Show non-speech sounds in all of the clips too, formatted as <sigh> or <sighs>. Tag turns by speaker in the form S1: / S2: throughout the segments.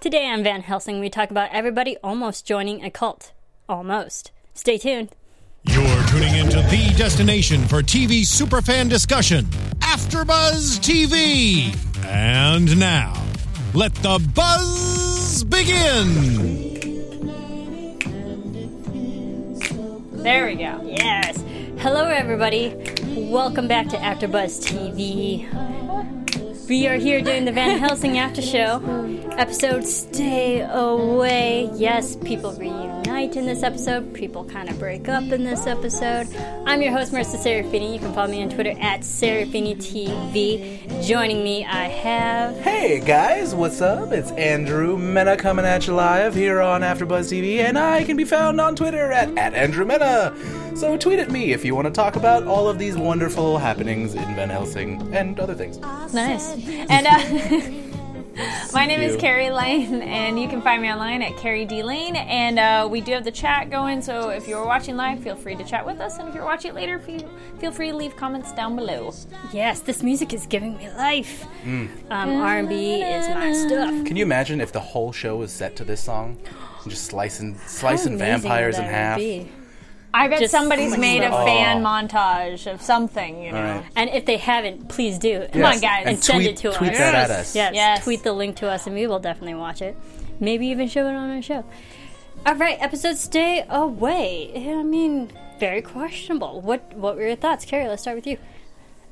S1: Today on Van Helsing, we talk about everybody almost joining a cult. Almost. Stay tuned.
S2: You're tuning into the destination for TV superfan discussion, AfterBuzz TV. And now, let the buzz begin.
S3: There we go.
S1: Yes. Hello, everybody. Welcome back to AfterBuzz TV. We are here doing the Van Helsing After Show episode. Stay away. Yes, people reunite in this episode. People kind of break up in this episode. I'm your host, Marissa Serafini. You can follow me on Twitter at SerafiniTV. Joining me, I have
S4: Hey guys, what's up? It's Andrew Mena coming at you live here on AfterBuzz TV, and I can be found on Twitter at, at Andrew Mena. So tweet at me if you want to talk about all of these wonderful happenings in Van Helsing and other things.
S1: nice.
S3: <laughs> And uh,
S4: <laughs>
S3: my name is
S4: you.
S3: Carrie Lane, and you can find me online at Carrie D Lane. And uh, we do have the chat going, so if you're watching live, feel free to chat with us. And if you're watching it later, feel, feel free to leave comments down below.
S1: Yes, this music is giving me life.
S4: Mm.
S1: Um, R&B is my stuff.
S4: Can you imagine if the whole show was set to this song? And just slicing, slicing
S1: How amazing
S4: vampires in
S1: would that
S4: half.
S1: be?
S3: I bet
S1: Just
S3: somebody's
S1: so
S3: made a
S1: much
S3: fan
S4: love.
S3: montage of something, you know.
S4: All right.
S1: And if they haven't, please do. Come
S3: Yes. on, guys.
S4: and
S3: And
S1: send
S4: tweet,
S1: it to
S4: tweet
S1: us.
S4: that at
S3: Yes.
S4: us.
S1: Yes,
S3: Yes.
S1: tweet the link to us, and we will definitely watch it. Maybe even show it on our show. All right, episode "Stay Away." I mean, very questionable. What What were your thoughts, Carrie? Let's start with you.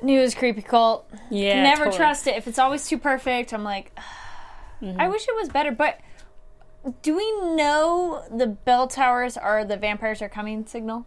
S3: News creepy cult.
S1: Yeah,
S3: Never
S1: totally.
S3: trust it. If it's always too perfect, I'm like, <sighs>
S1: Mm-hmm.
S3: I wish it was better. But do we know the bell towers are the vampires are coming signal?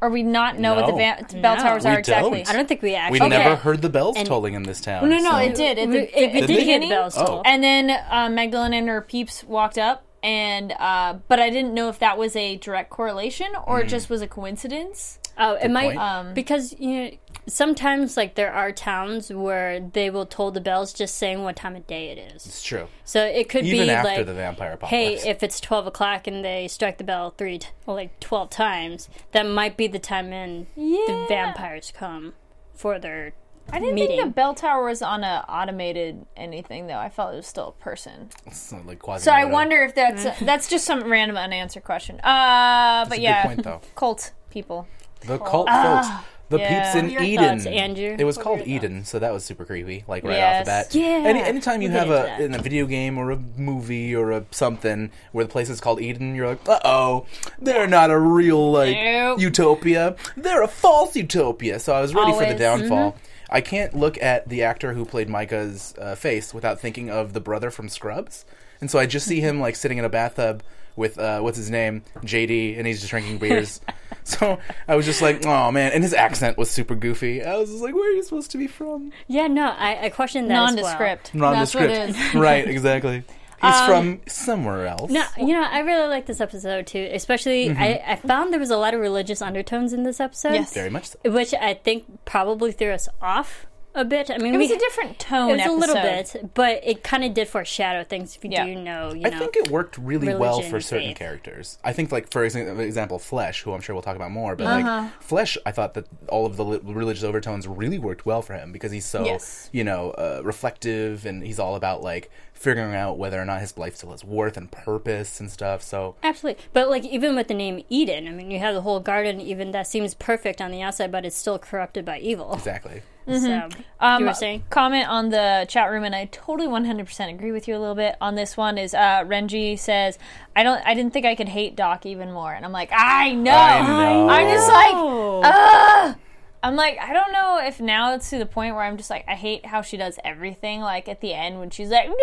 S3: Or we not know what the
S4: No.
S3: va- bell
S1: No.
S3: towers are
S4: We
S3: exactly?
S4: don't.
S1: I don't think we
S4: We
S1: actually.
S4: never heard the bells tolling in this town.
S3: No, no,
S4: so-
S3: it did. It
S1: We,
S3: did.
S1: it- we did
S3: at
S1: hear the
S3: beginning.
S1: bells
S4: Oh.
S1: toll.
S3: And then uh, Magdalene and her peeps walked up, and uh, but I didn't know if that was a direct correlation or
S4: Mm.
S3: it just was a coincidence.
S1: Oh, it might
S4: point.
S1: um, because you know sometimes like there are towns where they will toll the bells just saying what time of day it is.
S4: It's true.
S1: So it could
S4: Even
S1: be
S4: after
S1: like
S4: the vampire
S1: hey,
S4: apocalypse.
S1: if it's twelve o'clock and they strike the bell three t- like twelve times, that might be the time in the
S3: Yeah.
S1: vampires come for their.
S3: I didn't
S1: meeting.
S3: think the bell tower was on a automated anything though. I felt it was still a person.
S4: It's not like
S3: So I
S4: Quasimodo.
S3: wonder if that's <laughs> that's just some random unanswered question. Uh, but
S4: a good
S3: yeah,
S4: point, though.
S3: cult people.
S4: The cult folks. The
S3: yeah.
S4: peeps in
S1: Your
S4: Eden.
S1: thoughts, Andrew?
S4: It was
S1: What
S4: called
S1: were your
S4: Eden, so that was super creepy. Like right
S3: Yes.
S4: off the bat.
S1: Yeah.
S4: Any anytime you
S1: We'll
S4: have
S1: get
S4: a
S1: into that.
S4: in a video game or a movie or a something where the place is called Eden, you're like, uh oh, they're not a real like
S3: Nope.
S4: utopia. They're a false utopia. So I was ready for
S3: Always. Mm-hmm.
S4: the downfall. I can't look at the actor who played Micah's uh, face without thinking of the brother from Scrubs, and so I just see him like sitting in a bathtub with uh, what's his name, JD, and he's just drinking
S3: <laughs>
S4: beers. so I was just like, oh man, and his accent was super goofy. I was just like, where are you supposed to be from?
S1: Yeah, no, I, I questioned that
S3: Nondescript.
S1: As
S4: Nondescript,
S3: That's
S1: <laughs>
S3: what it is. Um,
S4: right? Exactly.
S3: <laughs>
S4: He's from somewhere else.
S1: well. No, you know, I really like this episode too. Especially,
S4: Mm-hmm.
S1: I, I found there was a lot of religious undertones in this episode.
S3: Yes.
S4: very much. So.
S1: which I think probably threw us off a bit. I mean,
S3: It was
S1: we,
S3: a different tone.
S1: It was a little
S3: episode.
S1: bit, but it kind of did foreshadow things. If you
S3: Yeah.
S1: do know, you
S4: I
S1: know,
S4: think it worked really well
S1: religion,
S4: for certain
S1: faith.
S4: characters. I think, like for exa- example, Flesh, who I'm sure we'll talk about more, but
S3: Uh-huh.
S4: like Flesh, I thought that all of the li- religious overtones really worked well for him because he's so
S3: Yes.
S4: you know uh, reflective and he's all about like figuring out whether or not his life still has worth and purpose and stuff. So
S1: Absolutely. But like even with the name Eden, I mean you have the whole garden even that seems perfect on the outside but it's still corrupted by evil.
S4: exactly.
S1: So
S3: Um,
S1: you were saying?
S3: Comment on the chat room, and I totally 100% agree with you a little bit on this one. Is uh, Renji says, "I don't, I didn't think I could hate Doc even more," and I'm like, Oh, I know.
S4: I know.
S3: I'm just like,
S1: Oh.
S3: I'm like, I don't know if now it's to the point where I'm just like, I hate how she does everything. Like at the end when she's like, "Nah!"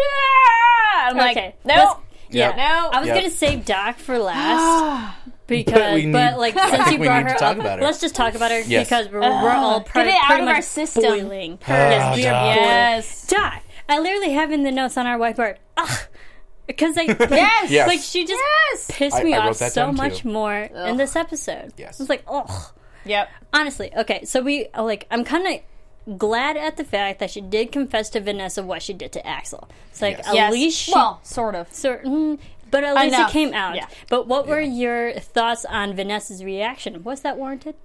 S3: I'm
S1: Okay,
S3: like, no,
S1: let's-
S3: yeah,
S4: Yep.
S3: no.
S1: I was
S4: Yep.
S1: gonna save Doc for last
S3: <gasps>
S1: because but,
S4: we need-
S1: like
S4: <laughs> I
S1: since
S4: think
S1: you
S4: we
S1: brought
S4: need
S1: her
S4: to talk
S1: up,
S4: about her.
S1: let's just talk about her
S4: Yes.
S1: because we're, we're all
S3: Get
S1: pretty,
S3: it out
S1: pretty
S3: of
S1: much
S3: our system.
S1: boiling. yes, we are
S4: Ah, Doc.
S1: boiling.
S3: yes.
S1: Doc, I literally have in the notes on our whiteboard. Ugh, because I
S4: <laughs>
S3: Yes.
S4: Yes.
S1: like she just
S3: Yes.
S1: pissed
S4: I-
S1: me
S4: I
S1: off
S4: wrote that
S1: so
S4: down, too.
S1: much more in this episode.
S4: Yes.
S1: I was like, oh.
S3: Yep.
S1: honestly okay so we like i'm kind of glad at the fact that she did confess to vanessa what she did to axel it's like at
S3: Yes.
S1: least she
S3: well, sort of.
S1: certain but at least
S3: Enough.
S1: it came out
S3: Yeah.
S1: but what were your thoughts on vanessa's reaction was that warranted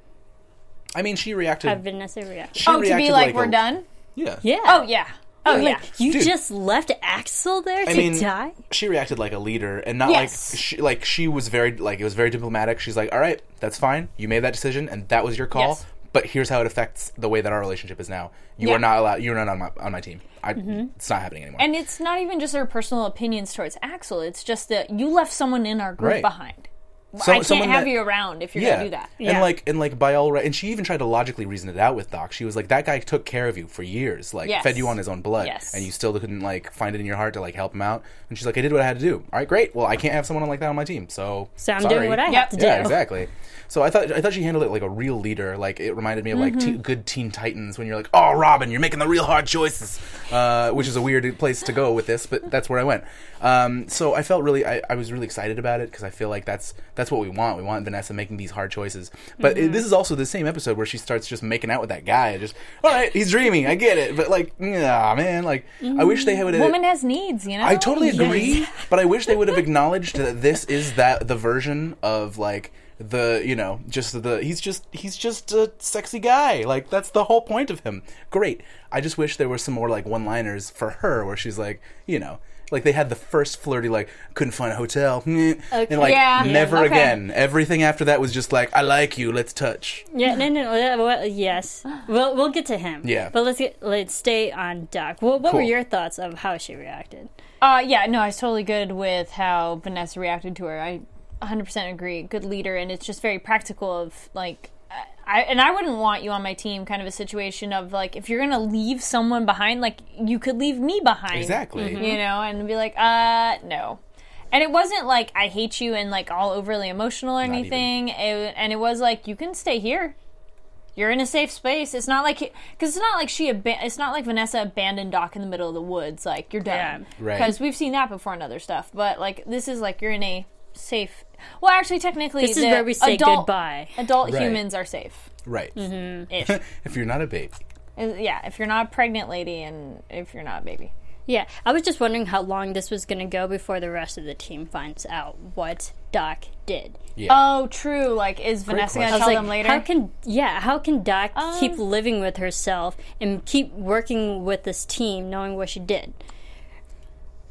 S4: I mean, she
S1: Had
S4: reacted.
S1: vanessa reaction
S4: She
S3: Oh, to be
S4: reacted
S3: like, we're
S4: a-
S3: done.
S4: Yeah.
S1: yeah
S3: Oh yeah. Oh
S1: Like,
S3: yeah.
S1: you
S4: Dude.
S1: just left Axel there to
S4: I mean,
S1: die?
S4: she reacted like a leader, and not
S3: Yes.
S4: like she, like she was very like it was very diplomatic. She's like, "All right, that's fine. You made that decision, and that was your call.
S3: Yes.
S4: But here's how it affects the way that our relationship is now. You
S3: Yeah.
S4: are not allowed. You're not on my on my team. I,
S1: Mm-hmm.
S4: It's not happening anymore.
S3: And it's not even just their personal opinions towards Axel. It's just that you left someone in our group
S4: Right.
S3: behind.
S4: So-
S3: I can't
S4: someone
S3: have
S4: that-
S3: you around if you're
S4: yeah,
S3: gonna do that.
S1: Yeah.
S4: and like and like by all right, and she even tried to logically reason it out with Doc. She was like, "That guy took care of you for years, like
S3: Yes.
S4: fed you on his own blood,
S3: Yes.
S4: and you still couldn't like find it in your heart to like help him out." And she's like, "I did what I had to do. All right, great. Well, I can't have someone like that on my team, so
S1: So I'm
S4: sorry."
S1: doing what I
S3: Yep.
S1: have to do.
S4: Yeah, exactly. So I thought I thought she handled it like a real leader. Like it reminded me of like te- good Teen Titans when you're like, "Oh, Robin, you're making the real hard choices," uh, which is a weird place to go with this, but that's where I went. Um, so I felt really, I, I was really excited about it because I feel like that's that's what we want. We want Vanessa making these hard choices. But it, this is also the same episode where she starts just making out with that guy. Just all right, he's dreaming. I get it, but like, nah, man. Like I wish they had.
S3: Mm-hmm. Woman has needs, you know.
S4: I totally agree, but I wish they would have acknowledged that this is that the version of like the you know just the he's just he's just a sexy guy like that's the whole point of him great i just wish there were some more like one liners for her where she's like you know like they had the first flirty like couldn't find a hotel <laughs> meh, and like
S3: Yeah.
S4: never
S3: Okay.
S4: again everything after that was just like i like you let's touch
S1: Yeah, no, no, no. uh, Well, yes, we'll we'll get to him.
S4: Yeah.
S1: but let's get let's stay on Doc. Well, what were
S4: Cool.
S1: your thoughts of how she reacted?
S3: Uh, yeah, no, I was totally good with how Vanessa reacted to her. I 100% agree. Good leader, and it's just very practical. Of like, I I- and I wouldn't want you on my team. Kind of a situation of like, if you're gonna leave someone behind, like you could leave me behind.
S4: Exactly. Mhm.
S3: You know, and be like, uh, no. And it wasn't like I hate you and like all overly emotional or
S4: even.
S3: anything. It, and it was like you can stay here. You're in a safe space. It's not like because it's not like she. Aban- it's not like Vanessa abandoned Doc in the middle of the woods. Like you're
S1: Yeah.
S3: done.
S4: Right.
S3: Because we've seen that before in other stuff. But like this is like you're in a safe. Well, actually, technically,
S1: This is
S3: the
S1: where we say
S3: adult,
S1: goodbye.
S3: Adult
S4: Right.
S3: humans are safe.
S4: <laughs> right
S3: Ish.
S4: if you're not a baby
S3: yeah. If you're not a pregnant lady and if you're not a baby.
S1: Yeah, I was just wondering how long this was going to go before the rest of the team finds out what Doc did.
S4: yeah
S3: Oh, true. Like, is Vanessa
S4: question.
S3: gonna
S4: I
S3: tell
S1: It's
S3: them later?
S1: How can yeah? How can Doc keep living with herself and keep working with this team, knowing what she did?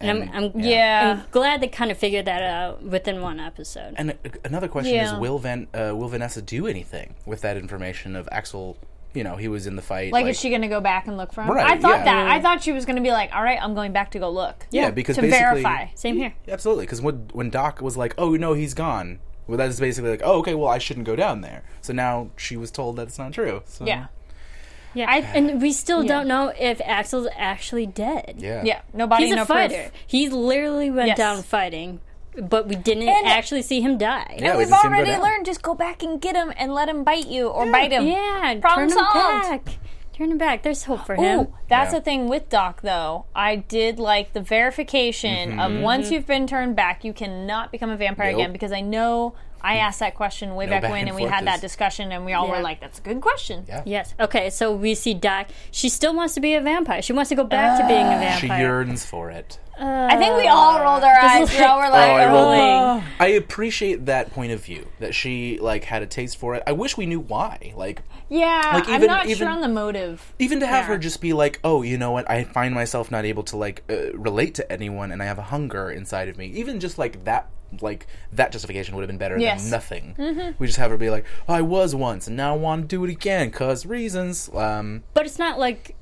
S1: And, I'm, I'm
S3: yeah.
S1: I'm glad they kind of figured that out within one episode.
S4: And a- another question
S3: Yeah.
S4: is: Will Van uh, Will Vanessa do anything with that information of Axel? You know, he was in the fight.
S3: Like, is she gonna go back and look for him?
S4: Right,
S3: I
S4: yeah.
S3: thought that. I thought she was gonna be like, all right, I'm going back to go look.
S4: Yeah, because
S3: to
S4: basically, Uh-huh.
S3: verify.
S1: Same here.
S4: absolutely. Because when when Doc was like, "Oh no, he's gone," well, that is basically like, "Oh, okay, well, I shouldn't go down there." So now she was told that it's not true. So,
S3: Yeah.
S1: Yeah, and we still don't know if Axel's actually dead.
S4: yeah,
S3: Yeah. Nobody.
S1: he's a
S3: no proof.
S1: fighter. He literally went
S3: Yes.
S1: down fighting, but we didn't
S3: And-
S1: actually see him die.
S4: Yeah, we
S3: We've
S4: didn't see him go
S3: already
S4: down.
S3: learned. Just go back and get him and let him bite you or bite him.
S1: Yeah,
S3: Problem
S1: turn him
S3: solved. Oh.
S1: back. Turn him back. There's hope for him.
S3: Ooh, that's
S4: Yeah.
S3: the thing with Doc though. I did like the verification of once you've been turned back, you cannot become a vampire
S4: Mm-hmm. Nope. Mm.
S3: again because I know I asked that question way back
S4: back
S3: when,
S4: and
S3: and we
S4: forth
S3: had that
S4: is-
S3: discussion, and we all
S1: Yeah.
S3: were like, "That's a good question."
S4: Yeah.
S1: Yes. Okay. So we see Doc. She still wants to be a vampire. She wants to go back to being a
S4: Ah. She
S1: vampire.
S4: yearns for it.
S3: I think
S1: Uh,
S3: we all rolled our eyes. We all were like,
S4: Oh, I
S3: "Oh."
S1: rolling.
S4: I appreciate that point of view that she like had a taste for it. I wish we knew why. Like,
S3: "Oh,
S1: <laughs>
S3: "Yeah."
S4: Like,
S3: I'm
S4: even-
S3: not
S4: even-
S3: sure on the motive.
S4: even to have her just be like oh you know what i find myself not able to like uh, relate to anyone and i have a hunger inside of me even just like that like that justification would have been better
S3: Yes.
S4: than nothing
S1: Mm-hmm.
S4: we just have her be like oh, i was once and now i want to do it again cause reasons um
S1: But it's not like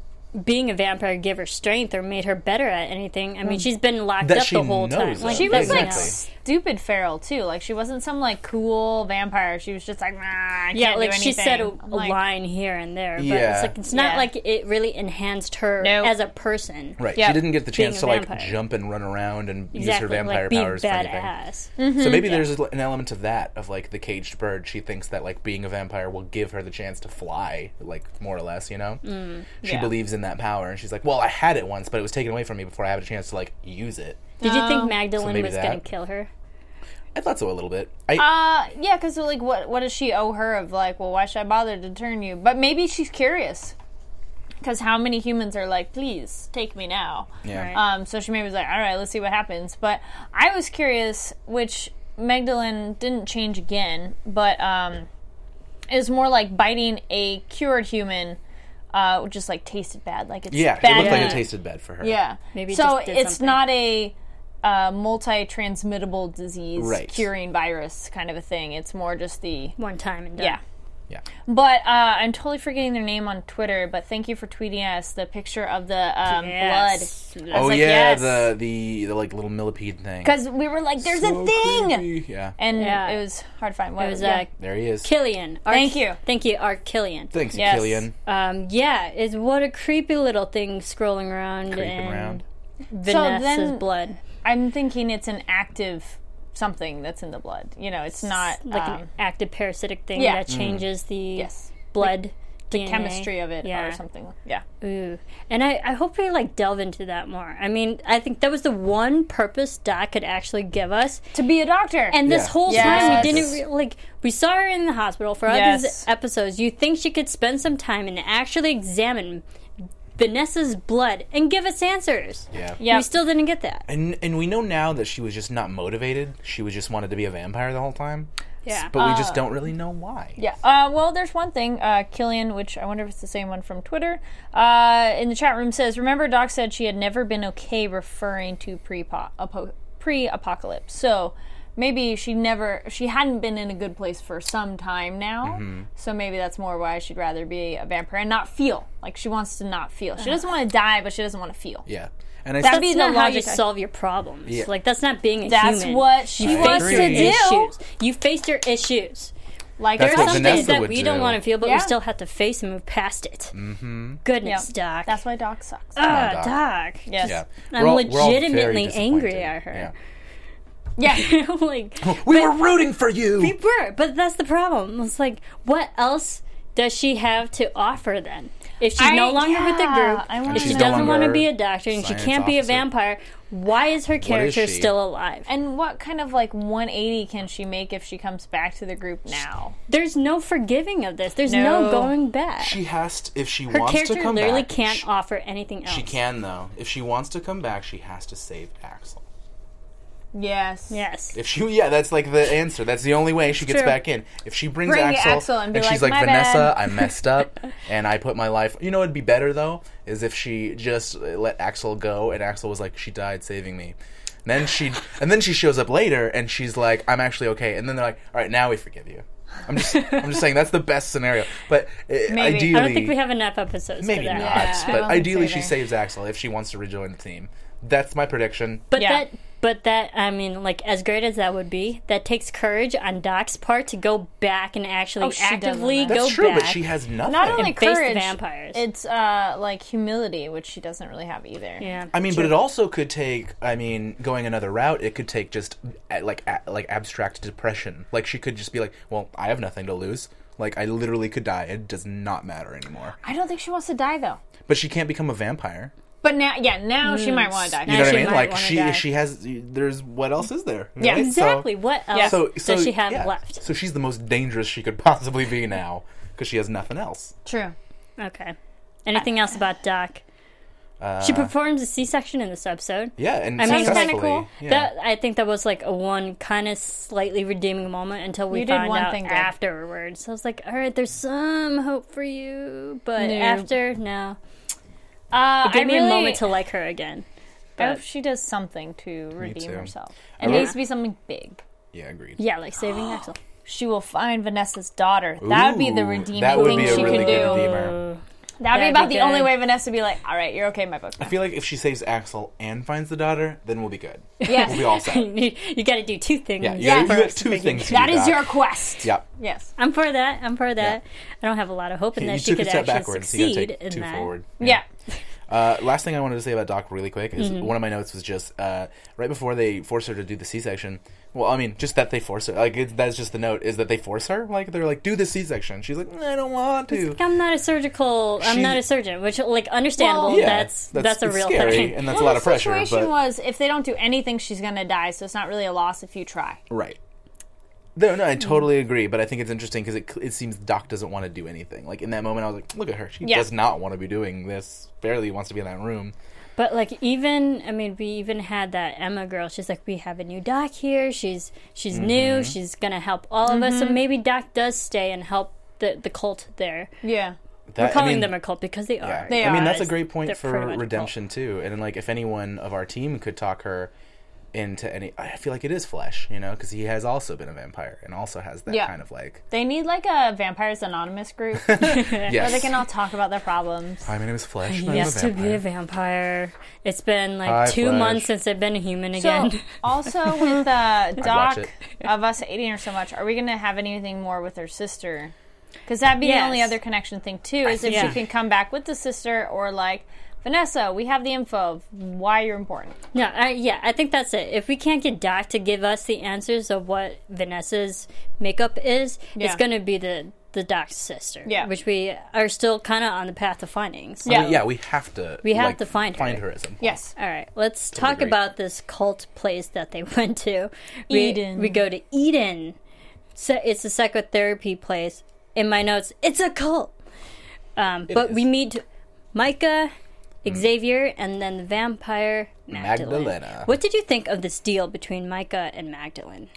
S1: being a vampire gave her strength or made her better at anything. I mean, she's been locked
S4: Mm. That
S1: up
S4: she
S1: the whole
S4: knows
S1: time.
S4: of.
S1: Like,
S3: She was like
S4: Exactly.
S3: stupid feral too. Like she wasn't some like cool vampire. She was just like, nah, I
S1: yeah,
S3: can't
S1: like
S3: do
S1: she said a,
S3: anything."
S1: a
S3: I'm like,
S1: line here and there. But
S4: Yeah.
S1: it's like it's not
S3: Yeah.
S1: like it really enhanced her
S3: Nope.
S1: as a person.
S4: right
S3: Yeah.
S4: she didn't get the
S1: Being
S4: chance
S1: a
S4: to like
S1: vampire.
S4: jump and run around and use her
S1: Exactly.
S4: vampire
S1: like be
S4: powers for anything
S1: badass.
S4: so maybe there's an element of that of like the caged bird she thinks that like being a vampire will give her the chance to fly like more or less you know she
S3: yeah.
S4: believes in that power and she's like well i had it once but it was taken away from me before i had a chance to like use it
S1: Did you
S3: Um,
S1: think Magdalene
S4: maybe
S1: was going
S4: that.
S1: to kill her?
S4: i thought so a little bit i
S3: Uh, yeah, because like, what what does she owe her of like? Well, why should I bother to turn you? But maybe she's curious. Because how many humans are like, please take me now?
S4: yeah
S1: right.
S3: Um, so she maybe was like, all right, let's see what happens. But I was curious, which Magdalene didn't change again, but um, it was more like biting a cured human uh, just like tasted bad. Like it's
S4: Yeah,
S3: bad.
S4: it looked like
S1: Yeah.
S4: it tasted bad for her.
S3: Yeah.
S1: Maybe it
S3: so
S1: just did
S3: it's
S1: something.
S3: not a uh, multi-transmittable disease
S4: Right.
S3: curing virus kind of a thing. It's more just the
S1: One time and done.
S3: yeah.
S4: Yeah.
S3: But uh, I'm totally forgetting their name on Twitter. But thank you for tweeting us the picture of the um,
S1: Yes.
S3: blood.
S4: Oh
S3: like,
S4: yeah,
S3: yes.
S4: the, the the like little millipede thing.
S3: Because we were like, "There's a thing,"
S4: Creepy. Yeah.
S3: and
S1: Yeah.
S3: it was hard to find. What
S1: It was
S3: yeah.
S1: uh,
S4: There he is.
S1: Killian. Our-
S3: Thank you.
S1: Thank you, our Killian.
S4: Thanks,
S3: Yes.
S4: Killian.
S1: Um, yeah, it's what a creepy little thing scrolling around
S4: Creeping
S1: and
S4: around.
S1: Vanessa's
S3: then-
S1: blood,
S3: I'm thinking it's an active something that's in the blood. You know, it's not
S1: like
S3: um,
S1: an active parasitic thing
S3: yeah.
S1: that
S4: Mm.
S1: changes the
S3: yes
S1: blood the,
S3: chemistry of it
S1: Yeah.
S3: or something. Yeah.
S1: Ooh. And I, I hope we like delve into that more. I mean, I think that was the one purpose Doc could actually give us.
S3: To be a doctor.
S1: And this
S4: Yeah.
S1: whole
S3: Yes.
S1: time we didn't re- like we saw her in the hospital for all
S3: Yes.
S1: these episodes. You think she could spend some time and actually examine Vanessa's blood and give us answers.
S4: Yeah.
S3: Yeah.
S1: We still didn't get that.
S4: And and we know now that she was just not motivated. She was just wanted to be a vampire the whole time.
S1: Yeah.
S4: But we just don't really know why.
S3: Yeah. Uh, well, there's one thing. Uh, Killian, which I wonder if it's the same one from Twitter, uh, in the chat room says, "Remember, Doc said she had never been okay referring to pre-apo- pre-apocalypse. So maybe she never, she hadn't been in a good place for some time now.
S4: Mm-hmm.
S3: So maybe that's more why she'd rather be a vampire and not feel. Like she wants to not feel. She doesn't want to die, but she doesn't want to feel.
S4: Yeah. And I
S1: That's
S3: be the
S1: not how you
S3: logic I-
S1: solve your problems. Like that's not being a
S3: That's
S1: human.
S3: what she
S1: you
S3: wants
S1: faced
S4: to
S1: your
S4: do.
S1: issues. You faced your issues.
S3: Like
S4: That's
S3: her
S1: There are
S4: what
S1: some
S4: Vanessa
S1: things that
S4: would
S1: we
S4: do.
S1: don't want to feel, but
S3: Yeah.
S1: we still have to face and move past it. Mm-hmm. Goodness, Doc.
S3: That's why Doc sucks.
S1: Ah,
S4: Doc.
S1: Doc.
S3: Yes.
S4: yeah.
S1: I'm
S4: We're all- we're all very
S1: legitimately angry
S4: disappointed.
S1: at her.
S4: Yeah.
S3: Yeah.
S1: I'm <laughs> like,
S4: Oh, We were rooting for you.
S1: were, but that's the problem. It's like, what else does she have to offer then? If she's
S3: I-
S1: no longer with the
S3: yeah,
S1: group,
S3: I wanna
S1: if she
S4: know.
S1: doesn't want to
S4: She's no
S1: be a
S4: longer
S1: doctor, and she
S4: science
S1: can't be a
S4: officer.
S1: vampire, why is her character
S4: she?
S1: still alive?
S3: And what kind of like 180 can she make if she comes back to the group now?
S1: There's no forgiving of this. There's no,
S3: No.
S1: going back.
S4: She has to if she
S1: her
S4: wants
S1: character
S4: to come
S1: literally
S4: back.
S1: can't
S4: she,
S1: offer anything else.
S4: she can though. If she wants to come back, she has to save Axel.
S3: Yes.
S1: Yes.
S4: If she, yeah, that's like the answer. That's the only way she gets
S1: true.
S4: back in. If she brings
S3: Bring
S4: Axel,
S3: Axel and be
S4: she's
S3: like,
S4: like,
S3: "My
S4: Vanessa,
S3: bad."
S4: I messed
S3: <laughs>
S4: up, and I put my life. You know, it'd be better though, is if she just uh, let Axel go, and Axel was like, she died saving me. And then
S3: <laughs>
S4: she, and then she shows up later, and she's like, I'm actually okay. And then they're like, all right, now we forgive you. I'm just, I'm just saying that's the best scenario. But uh, ideally,
S1: I don't think we have enough episodes
S4: maybe
S1: for
S4: not.
S1: that.
S3: I
S4: but
S3: don't think
S4: ideally,
S3: so
S4: she
S3: either.
S4: saves Axel if she wants to rejoin the team. That's my prediction.
S1: But
S3: Yeah.
S1: that, but that, I mean, like as great as that would be, that takes courage on Doc's part to go back and actually
S3: Oh, she doesn't,
S1: actively
S3: though.
S1: go
S4: That's true,
S1: back.
S4: but she has nothing.
S3: Not only
S1: face the
S3: courage,
S1: vampires.
S3: It's uh like humility, which she doesn't really have either.
S1: yeah,
S4: I mean, but it also could take. I mean, going another route, it could take just uh, like a, like abstract depression. Like she could just be like, "Well, I have nothing to lose. Like I literally could die. It does not matter anymore."
S3: I don't think she wants to die though. Mm.
S4: But she can't become a vampire.
S3: But now, yeah, now she might want to die.
S1: You
S4: You know what
S1: she
S4: I mean?
S1: might
S4: Like
S1: wanna
S4: she
S1: die.
S4: she has. There's what else is there?
S3: Yeah,
S4: right? So-
S1: exactly. what else
S3: Yeah.
S4: So, so
S1: does she have
S4: yeah.
S1: left?
S4: So she's the most dangerous she could <laughs> possibly be now because she has nothing else.
S3: True.
S1: Okay. Anything else about Doc? she performs a C-section in this episode.
S4: Uh, Yeah, and
S1: I mean,
S3: kinda
S4: successfully.
S3: cool.
S4: Yeah.
S1: That I think that was like a one kind of slightly redeeming moment until we
S3: You did
S1: found
S3: one
S1: out
S3: thing good.
S1: afterwards. So I was like, all right, there's some hope for you, but
S3: No.
S1: after no,
S3: Uh,
S1: give
S3: I
S1: me
S3: really,
S1: a moment to like her again.
S3: I hope she does something to redeem
S4: too.
S3: herself. It
S4: really-
S3: needs to be something big.
S4: yeah, agreed.
S1: Yeah, like saving <gasps> Axel.
S3: She will find Vanessa's daughter. that would be the
S4: Ooh,
S3: redeeming
S4: that would
S3: thing
S4: be a
S3: she
S4: really
S3: could
S4: good
S3: do.
S4: redeem.
S3: That'd be
S1: That'd
S3: about
S1: be
S3: the only
S1: good.
S3: way Vanessa would be like, "All right, you're
S4: <laughs>
S3: okay, my book."
S4: I feel like if she saves Axel and finds the daughter, then we'll be good.
S3: Yes.
S4: we'll be
S3: <laughs>
S4: all set.
S1: <laughs> you got to do two things.
S4: Yeah, you,
S3: Yeah.
S4: Got, you got
S1: first.
S4: two things. to
S3: That
S4: do,
S3: is
S4: Doc.
S3: your quest.
S4: Yeah.
S3: Yes.
S1: I'm for that. I'm for that. I don't have a lot of hope in
S4: You
S1: that she
S4: took a
S1: could
S4: step
S1: actually
S4: backwards. You
S1: succeed
S4: gotta take
S1: in
S4: two
S1: that.
S4: forward.
S3: Yeah.
S4: Uh, last thing I wanted to say about Doc, really quick, is
S1: Mm-hmm.
S4: one of my notes was just uh, right before they force her to do the C-section. Well, I mean, just that they force her. Like it, that's just the note is that they force her. Like they're like, do the C-section. She's like, I don't want to.
S1: Like, I'm not a surgical. I'm
S4: She-
S1: not a surgeon, which like understandable.
S3: Well- Yeah,
S1: that's, that's a
S4: it's
S1: real
S4: scary,
S1: thing.
S4: and that's a lot of pressure.
S3: The situation
S4: but-
S3: was if they don't do anything, she's gonna die. So it's not really a loss if you try.
S4: Right. No, no, I
S1: Hmm.
S4: totally agree, but I think it's interesting because it, cl- it seems Doc doesn't want to do anything. Like in that moment, I was like, "Look at her; she
S3: Yeah.
S4: does not want to be doing this. Barely wants to be in that room."
S1: But like even I mean we even had that Emma girl. She's like we have a new doc here. She's she's new.
S4: Mm-hmm.
S1: Mm-hmm. She's gonna help all of us. So maybe Doc does stay and help the the cult there.
S3: Yeah.
S4: That,
S1: We're calling
S4: I mean,
S1: them a cult because they are.
S4: Yeah.
S3: They
S4: I mean,
S3: are.
S4: that's a great
S1: They're
S4: point
S1: pretty
S4: for
S1: much a
S4: redemption too. And then, like, if anyone of our team could talk her into any, I feel like it is Flesh, you know, because he has also been a vampire and also has that
S3: Yeah.
S4: kind of like.
S3: They need like a Vampires Anonymous
S4: <laughs>
S3: group where
S4: Yes.
S3: they can all talk about their problems.
S4: Hi, my name
S1: <laughs>
S4: is Flesh. and
S1: He
S4: I'm a
S1: has to be
S4: vampire.
S1: a vampire. It's been like
S4: Hi,
S1: two
S4: Flash.
S1: months since I've been a human
S3: So,
S1: again.
S3: <laughs>
S1: <laughs>
S3: also with uh, Doc
S4: it.
S3: of us hating her so much, are we going to have anything more with her sister? Because that'd be the
S1: Yes.
S3: only other connection thing too, is if
S1: think-
S3: she can come back with the sister or like Vanessa. We have the info of why you're important.
S1: no, I, yeah, I think that's it. If we can't get Doc to give us the answers of what Vanessa's makeup is, it's
S3: Yeah.
S1: going to be the the Doc's sister.
S3: Yeah.
S1: which we are still kind of on the path of finding. So.
S3: Yeah.
S4: But yeah, we have to.
S1: We have
S4: like,
S1: to find her.
S4: Find her at some point.
S3: Yes.
S1: All right, let's talk
S4: agree.
S1: about this cult place that they <laughs> went to. We,
S3: Eden.
S1: We go to Eden. So it's a psychotherapy place. In my notes, it's a cult. Um, but
S4: is. Hmm.
S1: we meet Micah, Xavier, and then the vampire Magdalene.
S4: Magdalena.
S1: What did you think of this deal between Micah and Magdalene?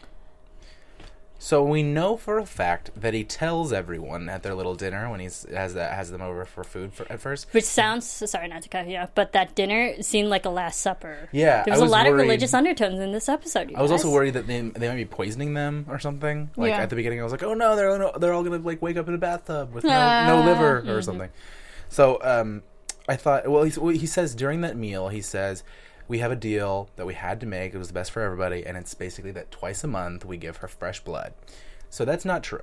S4: So we know for a fact that he tells everyone at their little dinner when he's has that has them over for food for, at first.
S1: Which sounds sorry not to cut you off, but that dinner seemed like a Last Supper.
S4: Yeah,
S1: there
S4: I
S1: was,
S4: was
S1: a lot of
S4: worried-
S1: religious undertones in this episode. you
S4: I was also
S1: guys.
S4: worried that they, they might be poisoning them or something. Like
S3: Yeah.
S4: at the beginning, I was like, "Oh no, they're all- they're all gonna like wake up in a bathtub with no, no liver or something." So um, I thought, well, he, well, he says during that meal, he says, "We have a deal that we had to make. It was the best for everybody, and it's basically that twice a month we give her fresh blood." So that's not true.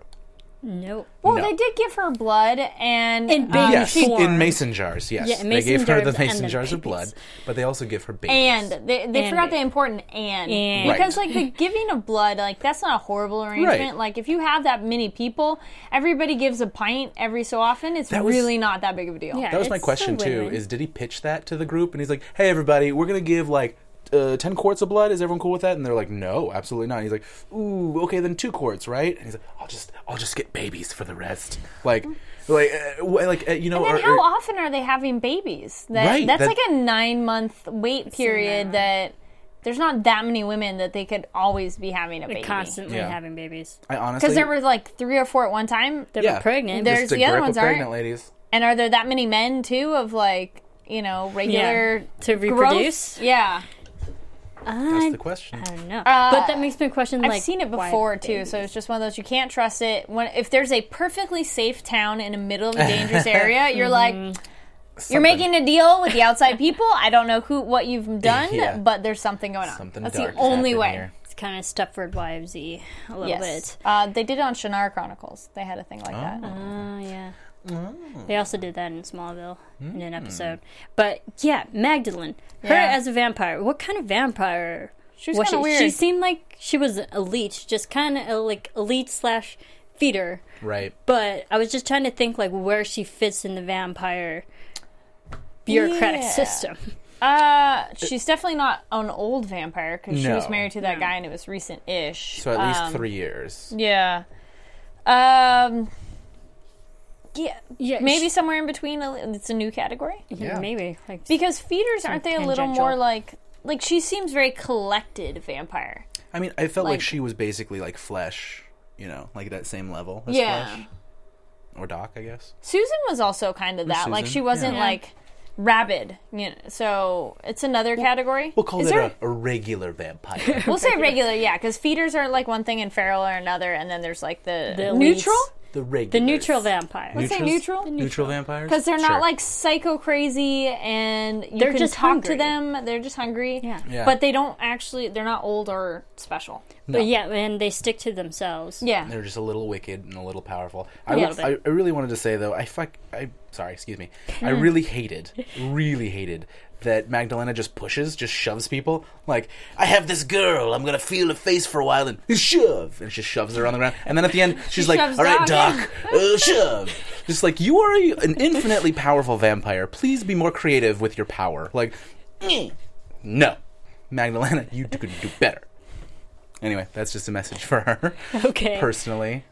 S1: No.
S3: Well,
S4: No.
S3: they did give her blood and
S1: And
S3: um,
S1: baby
S4: Yes,
S1: she-
S4: in mason jars. Yes,
S1: Yeah, in
S4: they
S1: mason
S4: gave her the
S1: jars and
S4: mason
S1: then
S4: jars of
S1: babies.
S4: blood, but they also give her babies.
S3: and they, they
S1: And
S3: forgot
S1: baby.
S3: the important and,
S1: And.
S3: because
S4: Right.
S3: like the giving of blood like that's not a horrible arrangement
S4: Right.
S3: like if you have that many people everybody gives a pint every so often it's
S4: was-
S3: really not that big of a deal
S1: Yeah.
S4: that was my
S1: It's so
S4: question too.
S1: win-win.
S4: Is did he pitch that to the group? And he's like, "Hey, everybody, we're gonna give like uh, ten quarts of blood. Is everyone cool with that?" And they're like, "No, absolutely not." And he's like, "Ooh, okay, then two quarts, right?" And he's like, "I'll just, I'll just get babies for the rest." Like, like, uh, wh- like uh, you know,
S3: And
S4: or-
S3: then how
S4: or-
S3: often are they having babies? That,
S4: Right,
S3: That's
S4: that-
S3: like a nine month wait period that there's not that many women that they could always be having a baby.
S1: Constantly
S4: Yeah.
S1: having babies.
S4: I honestly
S3: Because there were like three or four at one time.
S1: They
S4: yeah
S1: were pregnant.
S4: Just
S3: There's
S4: to
S3: the other
S4: grip
S3: ones
S4: of
S3: aren't.
S4: pregnant ladies.
S3: And are there that many men too of like, you know, regular
S1: to
S3: growth?
S1: reproduce.
S3: Yeah.
S4: That's the question.
S1: I don't know. but that makes me question.
S3: I've
S1: like,
S3: seen it
S1: why
S3: before
S1: they-
S3: too, so it's just one of those you can't trust it. When if there's a perfectly safe town in the middle of a dangerous area, you're like, you're
S4: Something-
S3: making a deal with the outside people. I don't know who
S4: <laughs>
S3: what you've done,
S4: Yeah.
S3: but there's something going on.
S4: something
S3: That's
S4: dark
S3: the
S4: has
S3: only
S4: happened
S3: way.
S4: here.
S1: It's kind of Stepford Wivesy a little
S3: Yes, uh, they did it on Shannara Chronicles. They had a thing like that.
S1: bit. Oh yeah.
S4: Mm.
S1: They also did that in Smallville in an episode. But yeah, Magdalene, her
S3: Yeah.
S1: as a vampire. What kind of vampire?
S3: She was
S1: was
S3: kinda
S1: she?
S3: weird.
S1: She seemed like she was a leech, just kind of like elite slash feeder.
S4: Right.
S1: But I was just trying to think like where she fits in the vampire bureaucratic
S3: Yeah.
S1: system.
S3: Uh, she's definitely not an old vampire because she was
S4: No.
S3: married to that guy and it was recent-ish.
S4: So at least
S3: Um,
S4: three years.
S3: Yeah. Um. Yeah.
S1: Yeah,
S3: Maybe
S1: she-
S3: somewhere in between. a li- It's a new category.
S1: yeah. maybe like
S3: Because feeders aren't they a little
S1: tangential.
S3: more like like she seems very collected vampire.
S4: I mean, I felt like,
S3: Like-
S4: she was basically like flesh, you know, like that same level as
S3: Yeah.
S4: flesh. Or Doc, I guess.
S3: Susan was also kind of that. Like
S4: Susan,
S3: she wasn't
S1: yeah.
S3: like rabid. You know, so it's another category.
S4: We'll call
S3: Is
S4: it
S3: there-
S4: a, a regular
S3: <laughs>
S4: vampire.
S3: We'll say regular, yeah, because feeders are like one thing and feral are another, and then there's like the,
S1: The
S3: neutral.
S1: elites.
S4: the regular.
S1: the neutral vampire.
S3: Let's say
S4: Neutrals?
S3: neutral.
S4: Neutral vampires?
S3: because they're
S4: Sure.
S3: not like psycho crazy and you
S1: They're
S3: can
S1: just
S3: talk
S1: hungry.
S3: to them they're just hungry
S1: Yeah.
S4: Yeah.
S3: but they don't actually they're not old or special
S1: But yeah, and they stick to themselves.
S3: yeah
S4: They're just a little wicked and a little powerful. I,
S1: Yeah.
S4: would- I, I really wanted to say though, I fuck, I sorry, excuse me. I really hated, really hated that Magdalena just pushes, just shoves people. Like, I have this girl, I'm gonna feel her face for a while and shove, and she shoves her on the ground. And then at the end, she's like,
S3: shoves
S4: "All right,
S3: Doc
S4: Doc, uh, shove." Just like you are a, an infinitely powerful vampire. Please be more creative with your power. Like, "Mm, no, Magdalena, you could do better. Anyway, that's just a message for her.
S1: Okay.
S4: Personally.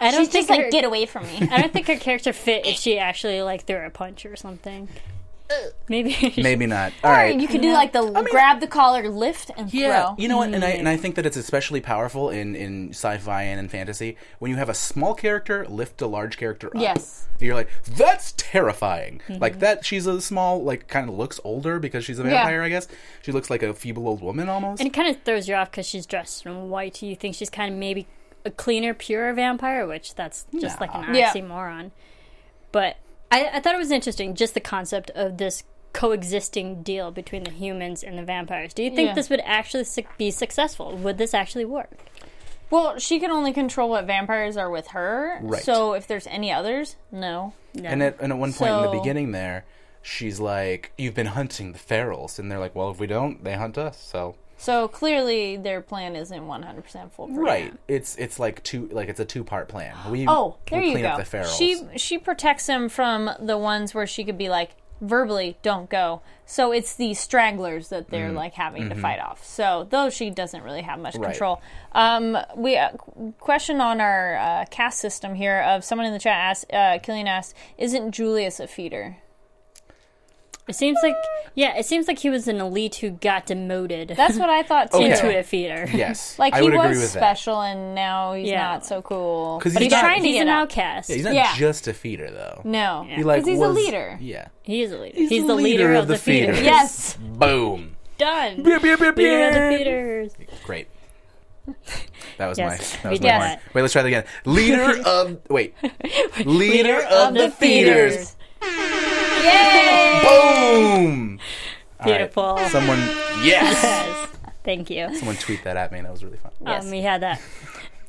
S1: I don't
S3: she's
S1: think
S3: just like
S1: her-
S3: get away from me
S1: I don't think her character fit if she actually like threw a punch or something. Maybe. <laughs>
S4: Maybe not. All right.
S3: You could do like the grab the collar, lift, and
S4: Yeah,
S3: throw.
S4: you know what, and I and I think that it's especially powerful in in sci-fi and in fantasy when you have a small character lift a large character up.
S3: Yes. Mm-hmm.
S4: you're like that's terrifying. Like that, she's a small, like kind of looks older because she's a vampire. I guess she looks like a feeble old woman almost.
S1: And it kind of throws you off because she's dressed in white. You think she's kind of maybe a cleaner, purer vampire, which that's just like an
S3: Yeah.
S1: oxymoron. But I, I thought it was interesting, just the concept of this coexisting deal between the humans and the vampires. Do you think
S3: Yeah.
S1: this would actually su- be successful? Would this actually work?
S3: Well, she can only control what vampires are with her.
S4: Right.
S3: So if there's any others, no.
S4: And at, and at one point in the
S3: So-
S4: beginning there, she's like, "You've been hunting the ferals," and they're like, "Well, if we don't, they hunt us." So
S3: So clearly their plan isn't 100% foolproof.
S4: right, it's it's like two like it's a two part plan. We
S3: Oh,
S4: we
S3: there you
S4: clean
S3: go.
S4: up the ferals.
S3: She she protects him from the ones where she could be like verbally don't go. So it's the stragglers that they're like having to fight off. So those she doesn't really have much
S4: Mm-hmm. Right.
S3: control. Um, we uh, qu- question on our uh, cast system here of someone in the chat asked uh, Killian asked, "Isn't Julius a feeder?"
S1: It seems like, yeah, it seems like he was an elite who got demoted
S3: That's what I thought too.
S4: Okay.
S1: into a feeder.
S4: yes,
S3: <laughs> Like
S4: I
S3: he
S4: would agree
S3: was
S4: with that.
S3: special, and now he's
S1: Yeah.
S3: not so cool.
S4: 'Cause
S3: But
S4: he's
S3: he's,
S4: not-
S3: trying to
S1: He's
S3: get
S1: an
S3: up.
S1: outcast.
S4: He's not
S3: Yeah.
S4: just a feeder though.
S3: No, because
S4: He, like,
S3: he's
S4: was-
S3: a leader.
S4: Yeah.
S1: He is a leader. He's, the, leader, of, the feeder.
S4: feeders.
S3: Yes,
S4: Boom.
S1: Done.
S4: beer, beer,
S1: Leader of the
S4: beer.
S1: feeders.
S4: Great. That was
S1: Yes,
S4: my that
S1: we
S4: was
S1: did
S4: my horn.
S1: that.
S4: Wait, let's try that again. Leader of wait. Leader, of, the, feeders.
S3: yay!
S4: Boom. All right.
S1: Beautiful.
S4: Someone yes.
S1: Yes. Thank you.
S4: Someone tweet that at me. That was really fun.
S1: Um, we had that.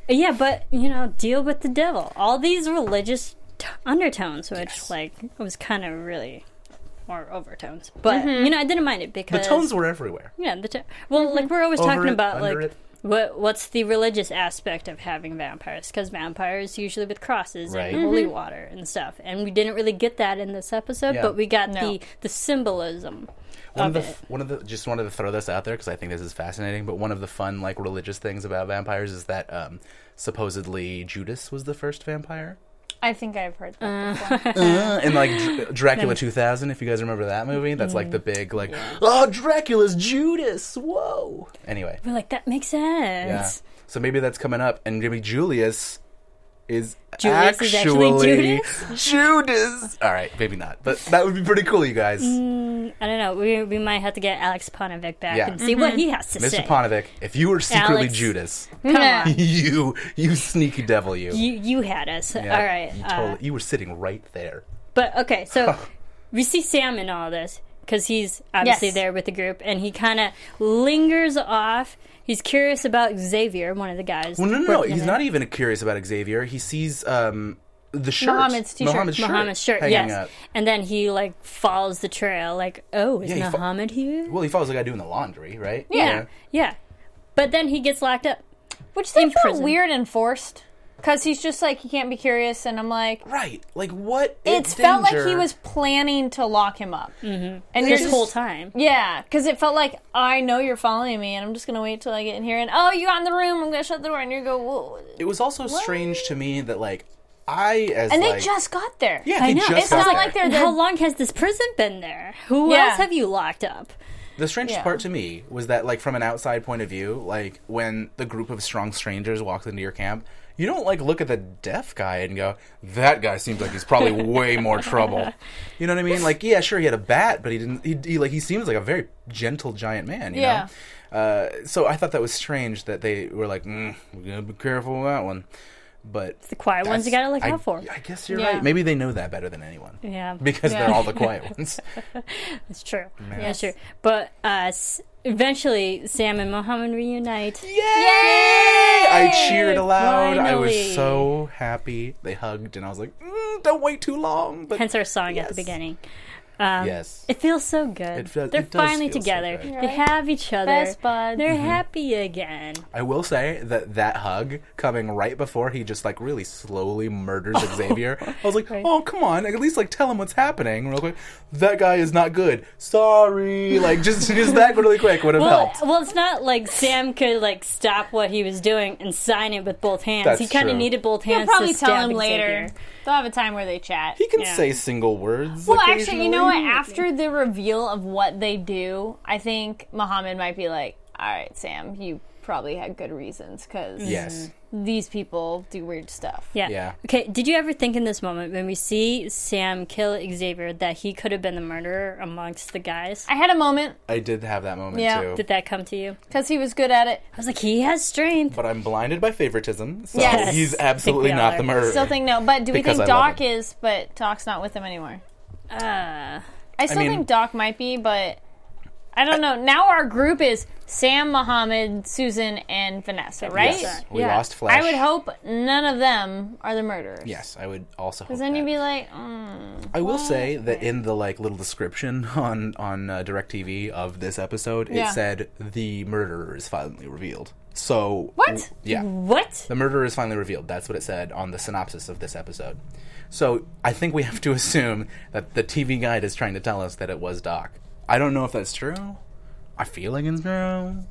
S1: Yeah, but you know, deal with the devil. All these religious t- undertones, which like was kind of really or overtones, but you know, I didn't mind it
S4: The
S1: because
S4: tones were everywhere.
S1: yeah, the t- well, like we're always
S4: Mm-hmm. Over
S1: talking
S4: it,
S1: about
S4: under
S1: like
S4: it.
S1: what what's the religious aspect of having vampires? Because vampires usually with crosses
S4: Right.
S1: and holy water and stuff, and we didn't really get that in this episode,
S4: Mm-hmm. Yeah.
S1: but we got
S3: No.
S1: the the symbolism.
S4: One of the
S1: Love it.
S4: one of the just wanted to throw this out there because I think this is fascinating. But one of the fun like religious things about vampires is that um, supposedly Judas was the first vampire.
S3: I think I've heard that.
S1: Uh-huh.
S4: Uh, and like
S1: <gasps>
S4: Dr- Dracula 2000, if you guys remember that movie, that's like
S1: Mm-hmm.
S4: the big like, oh Dracula's Judas, whoa. Anyway,
S1: We're like that makes
S4: yeah.
S1: sense.
S4: So maybe that's coming up, and maybe Julius is
S1: Julius
S4: actually
S1: is actually
S4: Judas. All right, maybe not, but that would be pretty cool, you guys.
S1: Mm, I don't know. We, we might have to get Alex Ponovic back
S4: Yeah.
S1: and see what he has to
S4: Mr.
S1: say.
S4: Ponovic, if you were secretly
S1: Alex.
S4: Judas,
S1: Come on.
S4: <laughs> you you sneaky devil, you.
S1: You, you had us.
S4: Yeah,
S1: All right.
S4: you,
S1: uh,
S4: totally, you were sitting right there.
S1: but okay, so we see Sam in all this because he's obviously
S3: Yes.
S1: there with the group and he kind of lingers off. He's curious about Xavier, one of the guys.
S4: Well, no, no, no.
S1: working
S4: He's
S1: in
S4: not
S1: it.
S4: even curious about Xavier. He sees um, the shirt,
S3: Muhammad's t-shirt.
S4: Muhammad's shirt,
S1: Muhammad's shirt,
S4: hanging
S1: yes.
S4: up.
S1: And then he like follows the trail, like, oh, is
S4: Yeah, he fo-
S1: Muhammad here?
S4: Well, he follows the guy doing the laundry, right?
S1: yeah, yeah. But then he gets locked up.
S3: Which they
S1: In
S3: felt
S1: prison.
S3: weird and forced. Because he's just like, he can't be curious. And I'm like,
S4: Right. Like what?
S3: it
S4: in
S3: felt like
S4: danger-
S3: he was planning to lock him up. Mm-hmm. And you're
S1: This
S3: just,
S1: whole time,
S3: Yeah, because it felt like, I know you're following me. And I'm just going to wait till I get in here. And, oh, you got in the room. I'm going to shut the door. And you go, whoa.
S4: It was also strange to me that like I as
S3: And they
S4: like,
S3: just got there.
S4: yeah
S1: I
S4: they
S1: know.
S4: just
S1: It's
S4: got
S3: not
S4: there.
S3: like they're-
S1: And how long has this prison been there? Who
S3: Yeah.
S1: else have you locked up?
S4: the strangest
S3: Yeah.
S4: part to me was that like from an outside point of view like when the group of strong strangers walks into your camp. You don't like look at the deaf guy and go, "That guy seems like
S1: <laughs>
S4: he's probably way more trouble." You know what I mean? Like, yeah, sure, he had a bat, but he didn't. He, he like he seems like a very gentle giant man. You
S3: Yeah.
S4: Know? Uh, so I thought that was strange that they were like, mm, "We're gonna be careful with that one," but
S1: The quiet ones you
S4: That's-
S1: gotta look
S4: I-
S1: out for.
S4: I guess you're
S3: Yeah.
S4: right. Maybe they know that better than anyone.
S1: Yeah,
S4: Because
S3: Yeah.
S4: they're all the quiet
S1: <laughs>
S4: ones.
S1: it's true. Yeah, sure. But uh, s- eventually, Sam and Mohammed reunite.
S4: Yay! I cheered aloud. I was
S1: Finally.
S4: so happy. They hugged, and I was like, mm, "Don't wait too long." But
S1: Hence our song at the
S4: Yes.
S1: beginning.
S3: um,
S4: yes,
S1: It feels so good.
S4: It does-
S1: They're
S4: it does
S1: finally
S4: feel so
S1: together.
S4: good. Mm-hmm.
S1: They have each other.
S3: Best buds.
S1: They're happy again.
S4: I will say that that hug coming right before he just like really slowly
S3: <laughs>
S4: murders Xavier. I was like, "Oh, come on! At least like tell him what's happening real quick." That guy is not good. Sorry. Like just <laughs> just that really quick would have
S1: Well,
S4: helped.
S1: well, it's not like Sam could like stop what he was doing and sign it with both hands.
S4: That's
S1: he kind of
S4: true.
S1: needed both
S3: You'll
S1: hands.
S3: probably
S1: to
S3: tell
S1: stab
S3: him later.
S1: Xavier.
S3: They'll have a time where they chat.
S4: He can
S1: yeah.
S4: say single words.
S3: Well, actually, you know know what? After the reveal of what they do, I think Muhammad might be like, "All right, Sam, you probably had good reasons because
S4: Mm. Yes.
S3: these people do weird stuff."
S1: Yeah.
S4: Yeah.
S1: Okay. Did you ever think in this moment when we see Sam kill Xavier that he could have been the murderer amongst the guys?
S3: I had a moment
S4: I did have that moment
S3: Yeah.
S4: too.
S1: Did that come to you?
S3: because he was good at it.
S1: I was like, he has strength.
S4: but I'm blinded by favoritism, so
S3: Yes.
S4: he's
S1: I think
S4: absolutely
S1: we all
S4: not
S1: are.
S4: the murderer.
S3: Still think no, but do we
S4: Because
S3: think
S4: I love
S3: Doc is? But Doc's not with him anymore.
S1: Uh,
S3: I still
S4: mean-
S3: think Doc might be, but I don't know. Now our group is Sam, Muhammad, Susan, and Vanessa, right?
S4: Yes. We
S1: Yeah.
S4: lost Flash.
S3: I would hope none of them are the murderers.
S4: Yes, I would also. Hope
S3: Because then you'd
S4: that.
S3: be like, mm,
S4: I will say that in the like little description <laughs> on on uh, Directv of this episode, it
S3: Yeah.
S4: said the murderer is finally revealed. So
S3: What?
S4: Yeah,
S1: what?
S4: the murderer is finally revealed. That's what it said on the synopsis of this episode. So I think we <laughs> have to assume that the TV guide is trying to tell us that it was Doc. I don't know if that's true. I feel like it's true. Anyone?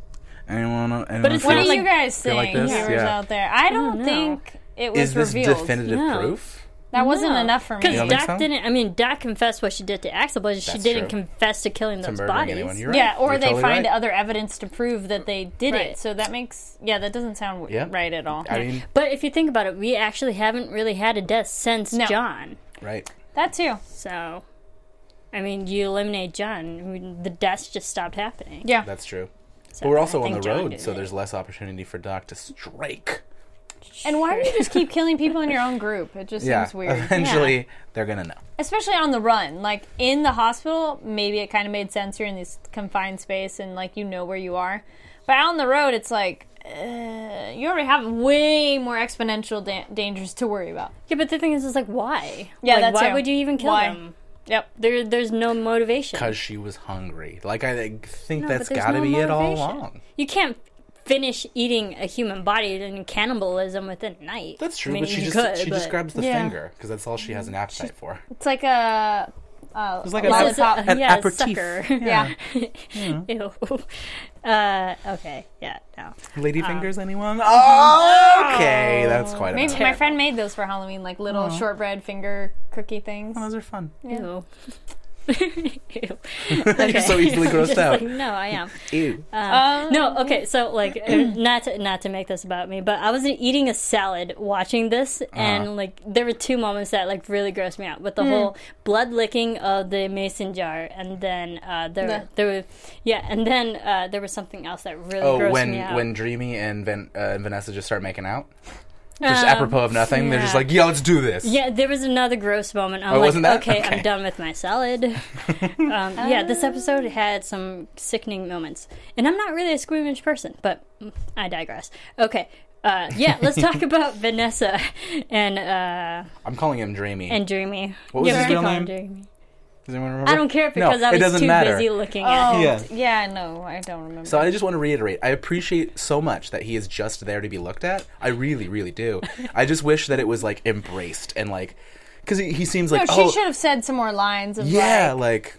S4: anyone
S1: it's
S4: feel-
S3: what
S1: not
S3: do
S1: like-
S3: you guys
S4: feel
S3: think,
S4: like this?
S3: viewers
S4: Yeah.
S3: out there? I don't
S1: know.
S3: think it was
S4: is this
S3: revealed.
S4: definitive
S1: No.
S4: proof?
S3: that wasn't enough for me.
S1: Because
S4: don't
S1: Doc
S4: think so?
S1: didn't. I mean, Doc confessed what she did to Axel, but she
S4: That's
S1: didn't
S4: true.
S1: confess to killing those
S4: murdering
S1: bodies.
S4: anyone. You're right.
S3: Yeah, or
S4: You're
S3: they
S4: totally
S3: find
S4: right.
S3: other evidence to prove that they did
S1: Right.
S3: it. So that makes yeah, that doesn't sound w-
S4: Yeah.
S3: right at all.
S4: I mean,
S1: But if you think about it, we actually haven't really had a death since
S3: No.
S1: John.
S4: right?
S3: that too.
S1: So, I mean, you eliminate John, I mean, the deaths just stopped happening.
S3: Yeah.
S4: That's true.
S1: So
S4: But we're
S1: I
S4: also on the
S1: think John
S4: road,
S1: did
S4: so
S1: it.
S4: there's less opportunity for Doc to strike.
S3: And why do you just keep killing people in
S4: <laughs>
S3: your own group? It just
S4: Yeah, <laughs>
S3: seems weird.
S4: eventually they're gonna know.
S3: Especially on the run. Like in the hospital, maybe it kind of made sense. You're in this confined space and like you know where you are. But out on the road, it's like uh, you already have way more exponential da- dangers to worry about.
S1: Yeah, but the thing is, is like, why?
S3: Yeah,
S1: like,
S3: that
S1: why
S3: too.
S1: would you even kill
S3: Why?
S1: them?
S3: Yep.
S1: There, there's no motivation.
S4: Because she was hungry. Like I think- think
S1: No,
S4: that's
S1: but there's
S4: got to
S1: no
S4: be it all
S1: motivation.
S4: along.
S1: You can't finish eating a human body and cannibalism within a night.
S4: That's true,
S1: I mean,
S4: but she
S1: you
S4: just
S1: could,
S4: she just
S1: but-
S4: grabs the
S3: Yeah.
S4: finger because that's all she has an appetite
S1: <laughs>
S4: for.
S3: It's like a. Uh,
S4: like
S3: a
S4: a-
S1: It's
S3: lollipop.
S1: a-
S4: An
S1: yeah,
S4: aperitif.
S1: sucker. <laughs>
S3: yeah.
S1: Ew.
S4: Mm-hmm.
S1: Uh, okay. Yeah. No.
S4: Lady
S1: Ah.
S4: fingers, anyone? Oh, okay, that's quite
S3: <laughs> Maybe
S4: enough.
S3: my friend made those for Halloween, like little shortbread finger cookie things.
S4: Those are fun.
S1: Ew. <laughs> Ew. <laughs> Okay.
S4: <laughs> You're
S1: <laughs>
S4: so easily grossed
S1: Just like, uh,
S4: out.
S1: no, I am.
S4: Ew.
S3: Um,
S1: No, okay. So like,
S4: <clears throat>
S1: uh, not to, not to make this about me, but I was eating a salad watching this,
S4: Uh-huh.
S1: and like there were two moments that like really grossed me out with the
S3: Hmm.
S1: whole blood licking of the mason jar, and then uh, there
S3: The-
S1: there was yeah, and then uh, there was something else that really
S4: Oh,
S1: grossed
S4: when
S1: me out.
S4: when Dreamy and Van, uh, and Vanessa just start making out, just apropos of nothing, they're just
S1: Um, yeah.
S4: like, "Yeah, let's do this."
S1: yeah, there was another gross moment. I'm
S4: Oh,
S1: like,
S4: wasn't that?
S1: okay,
S4: Okay.
S1: I'm done with my salad.
S4: <laughs>
S1: um, yeah, this
S3: Ah.
S1: episode had some sickening moments, and I'm not really a squeamish person, but mm, I digress. Okay. Uh, yeah, let's
S4: <laughs>
S1: talk about Vanessa and uh,
S4: I'm calling him Dreamy.
S1: and Dreamy.
S4: What was
S1: Yeah,
S4: his
S1: we
S4: real
S1: call him
S4: name?
S1: Dreamy.
S4: Does anyone remember?
S1: I don't care because
S4: no,
S1: I
S4: it
S1: was
S4: doesn't
S1: too
S4: matter.
S1: busy looking at him.
S3: Oh,
S4: Yeah.
S3: yeah. yeah, no, I don't remember.
S4: So I just want to reiterate, I appreciate so much that he is just there to be looked at. I really, really do. I just wish that it was like embraced and like, because he, he seems
S3: no,
S4: like
S3: she
S4: oh
S3: should have said some more lines of
S4: yeah,
S3: like,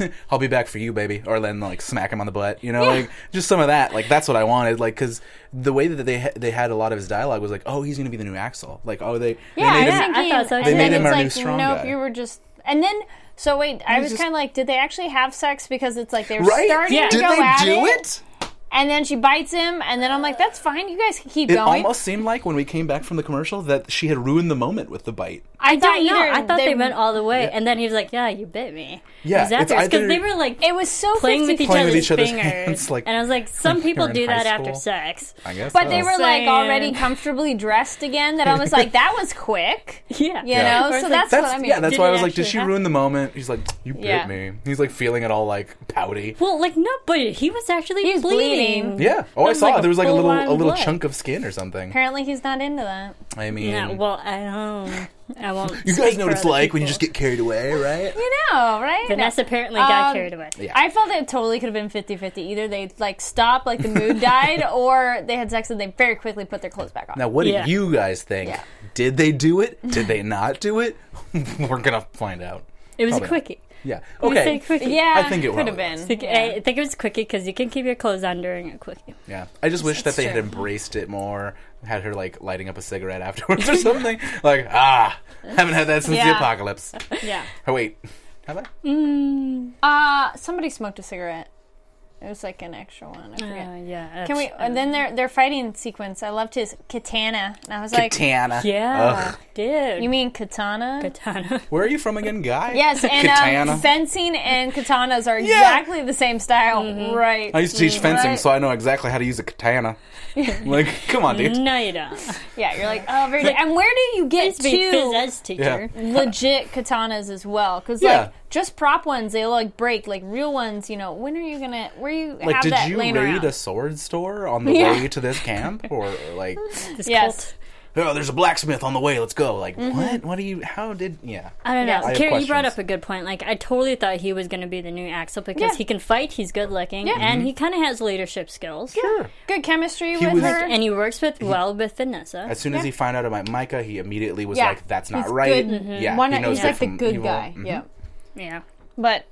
S4: like, <laughs> I'll be back for you, baby, or then like smack him on the butt, you know, like just some of that. Like that's what I wanted, like because the way that they ha- they had a lot of his dialogue was like, oh, he's gonna be the new Axel, like oh they
S3: Yeah,
S4: they
S3: I
S4: made
S3: was
S4: him,
S1: I
S3: thinking,
S1: thought so,
S3: and
S1: too. They
S3: then
S1: made
S4: him
S3: it's
S4: our new
S3: like,
S4: strong
S3: nope,
S4: guy.
S3: you were just, and then so wait, I was
S4: just-
S3: kind of like, did they actually have sex? Because it's like they were
S4: right?
S3: starting
S1: Yeah.
S3: to
S4: Did
S3: go at
S4: they do
S3: it,
S4: it?
S3: and then she bites him, and then I'm like, that's fine, you guys can keep
S4: It
S3: going.
S4: almost seemed like when we came back from the commercial that she had ruined the moment with the bite.
S3: I,
S1: I
S3: thought
S1: don't know.
S3: either
S1: I thought they, went all the way, and then he was like, "Yeah, you bit me."
S4: Yeah,
S1: because
S4: it's either-
S1: they were like
S3: It was so
S1: playing with each
S3: 50-50.
S4: Playing with
S1: other's
S4: each other's
S1: fingers,
S4: hands, like-
S1: and I was like, "Some
S4: like
S1: people
S4: you're in
S1: do that
S4: high
S1: after
S4: school.
S1: sex."
S4: I guess,
S3: But
S4: so.
S3: they were like
S1: Saying.
S3: already comfortably dressed again. That I was like, that was quick.
S1: Yeah,
S3: You
S4: Yeah.
S3: know,
S1: Or
S3: so
S1: it's like-
S3: that's,
S4: That's
S3: what I mean.
S4: yeah. That's
S1: Did
S4: why I
S1: it
S4: was like, did
S1: actually
S4: she
S1: happen?
S4: ruin the moment? He's like, you bit
S3: Yeah.
S4: me. He's like feeling it all like pouty.
S1: Well, like no, but he was actually
S3: He was
S1: bleeding.
S3: bleeding.
S4: Yeah. Oh, I
S1: That's
S4: saw
S1: like
S4: it.
S1: a
S4: there was like a little
S1: full-on
S4: a little
S1: blood.
S4: chunk of skin or something.
S3: Apparently, he's not into that.
S4: I mean,
S1: Yeah, well, I don't. I won't.
S4: you guys know what it's like when you just get carried away, right?
S3: You know, right?
S1: Vanessa apparently got
S3: Um,
S1: carried away.
S4: Yeah.
S3: I felt it totally could have been 50 50. Either they like stopped, like the mood <laughs> died, or they had sex and they very quickly put their clothes back on.
S4: Now, what
S1: Yeah.
S4: do you guys think?
S3: Yeah.
S4: Did they do it? Did they not do it? <laughs> We're gonna find out.
S1: It was a
S4: Probably.
S1: quickie.
S4: Yeah.
S1: It was
S4: Okay.
S1: a quickie.
S3: Yeah,
S4: I think it
S3: could have
S4: probably
S3: been.
S4: was.
S1: I think, I think it was a quickie because you can keep your clothes on during a quickie.
S4: Yeah. I just wish that they had
S3: true.
S4: embraced it more. Had her like lighting up a cigarette <laughs> afterwards or something. like ah, haven't had that since
S3: Yeah.
S4: the apocalypse.
S3: Yeah.
S4: Oh wait, Have I?
S3: Uh, somebody smoked a cigarette. It was like an extra one. I forget.
S1: Uh, yeah.
S3: Can we?
S1: that's-
S3: And then their their fighting sequence. I loved his katana, and I was like,
S4: Katana.
S1: Yeah,
S4: Ugh.
S1: dude.
S3: "You mean katana?"
S1: katana?
S4: <laughs> Where are you from again, guy?
S3: yes, and
S4: Katana.
S3: um, fencing and katanas are exactly the same style,
S1: Mm-hmm.
S3: right?
S4: I used to teach fencing,
S3: Right.
S4: so I know exactly how to use a
S3: <laughs>
S4: katana. like, come on,
S3: Mm-hmm.
S4: dude.
S1: no, you don't.
S3: yeah, you're like, "Oh, very." And where do you get
S1: Please be
S3: to
S1: phys ed teacher.
S3: legit katanas as well? Because
S4: Yeah.
S3: like just prop ones, they like break. Like real ones, you know. When are you gonna? Where you
S4: Like,
S3: have
S4: did
S3: that
S4: you
S3: laying
S4: raid
S3: around?
S4: a sword store on the
S3: <laughs> Yeah.
S4: way to this camp, or, or
S3: <laughs>
S4: like,
S1: This
S3: Yes.
S1: cult.
S4: oh, there's a blacksmith on the way. Let's go. Like,
S3: Mm-hmm.
S4: what? What do you? How did? Yeah.
S1: I don't know.
S3: Yes. I
S4: have
S1: Carrie, you brought
S4: questions.
S1: up a good point. Like, I totally thought he was going to be the new Axel because
S3: Yeah.
S1: he can fight, he's good looking,
S4: Mm-hmm.
S1: and he kind of has leadership skills.
S4: Sure.
S3: Good chemistry
S4: He
S3: with
S4: was-
S3: her.
S1: And he works with
S4: Mm-hmm.
S1: well with Vanessa.
S4: As soon as he found out about Micah, he immediately was
S3: Yeah.
S4: like, "That's not
S3: He's
S4: right."
S3: good.
S1: Mm-hmm.
S4: Yeah,
S3: One,
S4: he knows
S3: he's
S4: good
S3: like the
S4: from
S3: good
S4: evil.
S3: guy.
S4: Mhm.
S3: Yeah,
S1: yeah.
S3: but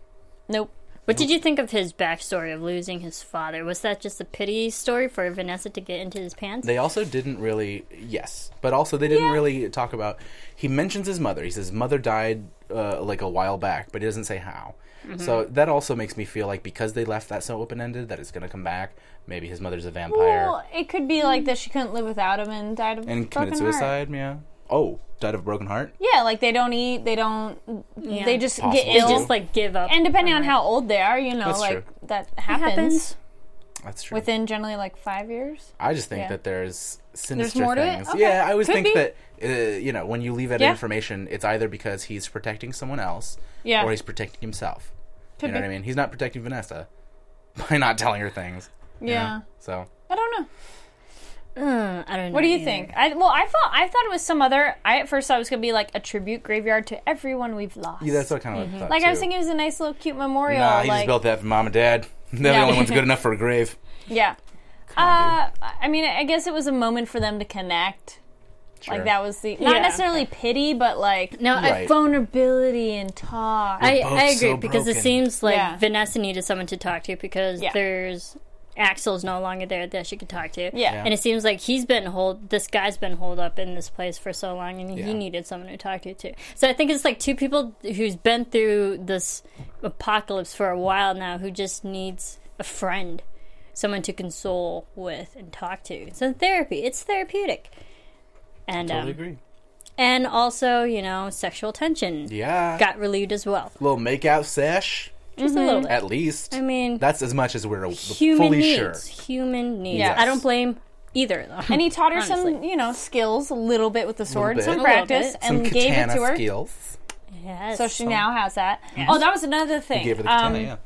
S3: nope.
S1: What did you think of his backstory of losing his father? Was that just a pity story for Vanessa to get into his pants?
S4: They also didn't really, yes, but also they didn't
S3: Yeah.
S4: really talk about. He mentions his mother. He says mother died uh, like a while back, but he doesn't say how.
S3: Mm-hmm.
S4: So that also makes me feel like because they left that so open ended that it's going to come back. Maybe his mother's a vampire
S3: Well, it could be like that. She couldn't live without him and died of
S4: and
S3: broken
S4: committed
S3: Heart.
S4: suicide. Yeah. Oh, died of a broken heart.
S3: Yeah, like they don't eat. They don't. They just get
S4: Possible.
S1: They
S3: ill.
S1: just like give up.
S3: and depending on how old they are, you know,
S4: That's
S3: like
S4: true.
S3: that happens,
S1: happens.
S4: That's true.
S3: within generally like five years.
S4: I just think
S3: Yeah.
S4: that there's sinister
S3: more to it?
S4: things.
S3: Okay.
S4: Yeah, I always
S3: Could
S4: think
S3: be.
S4: that uh, you know when you leave out
S3: Yeah.
S4: information, it's either because he's protecting someone else,
S3: Yeah.
S4: or he's protecting himself.
S3: Could
S4: you know
S3: be.
S4: what I mean? He's not protecting Vanessa by not telling her things.
S3: Yeah.
S4: you know? So
S3: I don't know.
S1: Mm, I don't know.
S3: What do you
S1: either.
S3: think? I well, I thought I thought it was some other. I at first thought it was gonna be like a tribute graveyard to everyone we've lost.
S4: yeah, that's what I kind of thought.
S3: Mm-hmm. like I was
S4: too.
S3: thinking, it was a nice little cute memorial.
S4: Nah, he
S3: like,
S4: just built that for mom and dad. <laughs> They're
S3: Yeah.
S4: the only ones
S3: <laughs>
S4: good enough for a grave.
S3: Yeah. Uh, I mean, I guess it was a moment for them to connect.
S4: Sure.
S3: Like that was the not
S1: Yeah.
S3: necessarily pity, but like
S1: No, I
S4: Right.
S3: vulnerability and talk.
S1: I,
S4: both
S1: I agree
S4: so
S1: because it
S4: broken.
S1: seems like
S3: Yeah.
S1: Vanessa needed someone to talk to because
S3: Yeah.
S1: there's Axel's no longer there that she could talk to.
S3: Yeah. Yeah.
S1: And it seems like he's been hold this guy's been holed up in this place for so long and
S4: Yeah.
S1: he needed someone to talk to too. So I think it's like two people who's been through this apocalypse for a while now who just needs a friend. Someone to console with and talk to. It's a therapy. It's therapeutic. And
S4: Totally
S1: um,
S4: agree.
S1: and also, you know, sexual tension
S4: Yeah,
S1: got relieved as well.
S4: little makeout sesh
S1: Just
S3: Mm-hmm.
S1: a little bit.
S4: at least.
S1: I mean,
S4: that's as much as we're a-
S1: human
S4: fully
S1: needs.
S4: sure.
S1: Human needs.
S3: Yes.
S1: I don't blame either of <laughs> them.
S3: and he taught her some,
S1: Honestly.
S3: you know, skills a little bit with the sword,
S4: bit.
S3: some
S4: A
S1: little
S3: practice,
S1: bit.
S4: Some
S3: and gave it
S4: katana
S3: to her.
S4: skills.
S1: Yes.
S3: So she now has that. Oh, that was another thing.
S4: Gave her the
S3: Um,
S4: katana. yeah,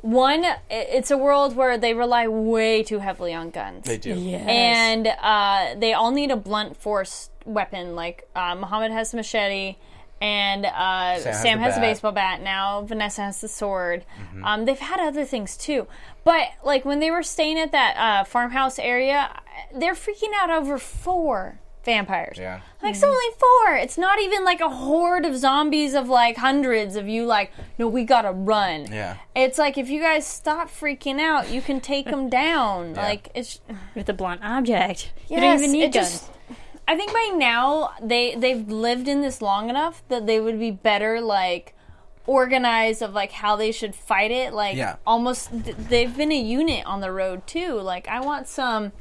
S3: One, i- it's a world where they rely way too heavily on guns.
S4: they do.
S1: Yes.
S3: and uh, they all need a blunt force weapon. Like uh, Muhammad has the machete, and uh,
S4: has
S3: Sam, has,
S4: the
S3: a
S4: bat. Mm-hmm.
S3: baseball bat. Now Vanessa has the sword. Um, they've had other things too, but like when they were staying at that uh, farmhouse area, they're freaking out over four vampires.
S4: Yeah.
S3: Like it's only four. It's not even like a horde of zombies of like hundreds of you. Like no, we gotta run.
S4: Yeah.
S3: It's like if you guys stop freaking out, you can take
S4: <laughs>
S3: them down. Like it's
S1: with a blunt object, you don't
S3: Yes,
S1: even need
S3: it
S1: guns.
S3: just- I think by now they they've lived in this long enough that they would be better like organized of like how they should fight it. Like
S4: Yeah.
S3: almost th- they've been a unit on the road too. Like I want some,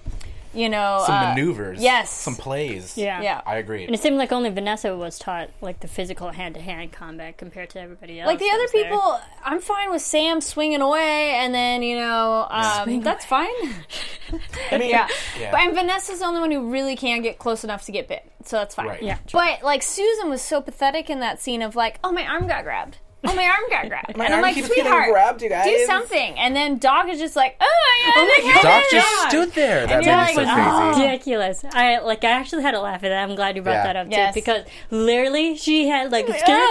S3: you know,
S4: Some
S3: uh,
S4: maneuvers.
S3: yes.
S4: Some plays.
S1: yeah.
S3: Yeah.
S4: I agree.
S1: And it seemed like only Vanessa was taught like the physical hand-to-hand combat compared to everybody else.
S3: Like the
S1: that
S3: other
S1: was there. Oh
S3: people, I'm fine with Sam swinging away, and then you know um, that's fine.
S4: <laughs> I mean,
S3: yeah.
S4: Yeah.
S3: But and Vanessa's the only one who really can get close enough to get bit, so that's fine.
S4: Right.
S1: Yeah.
S3: But like Susan was so pathetic in that scene of like, oh my arm got grabbed. Oh my arm
S4: <laughs>
S3: got grabbed. and I'm
S4: arm
S3: like,
S4: keeps getting
S3: sweetheart,
S4: grabbed, you
S3: do
S4: guys."
S3: something. And then Dog is just like, oh yeah, oh my
S4: Doc just stood there. That
S3: you're
S4: made me so
S3: like,
S4: crazy.
S1: <laughs> "Oh, Ridiculous. I like. I actually had a laugh at that. I'm glad you brought
S4: Yeah.
S1: that up
S3: Yes.
S1: too, because literally she had like scared face. Like, <laughs>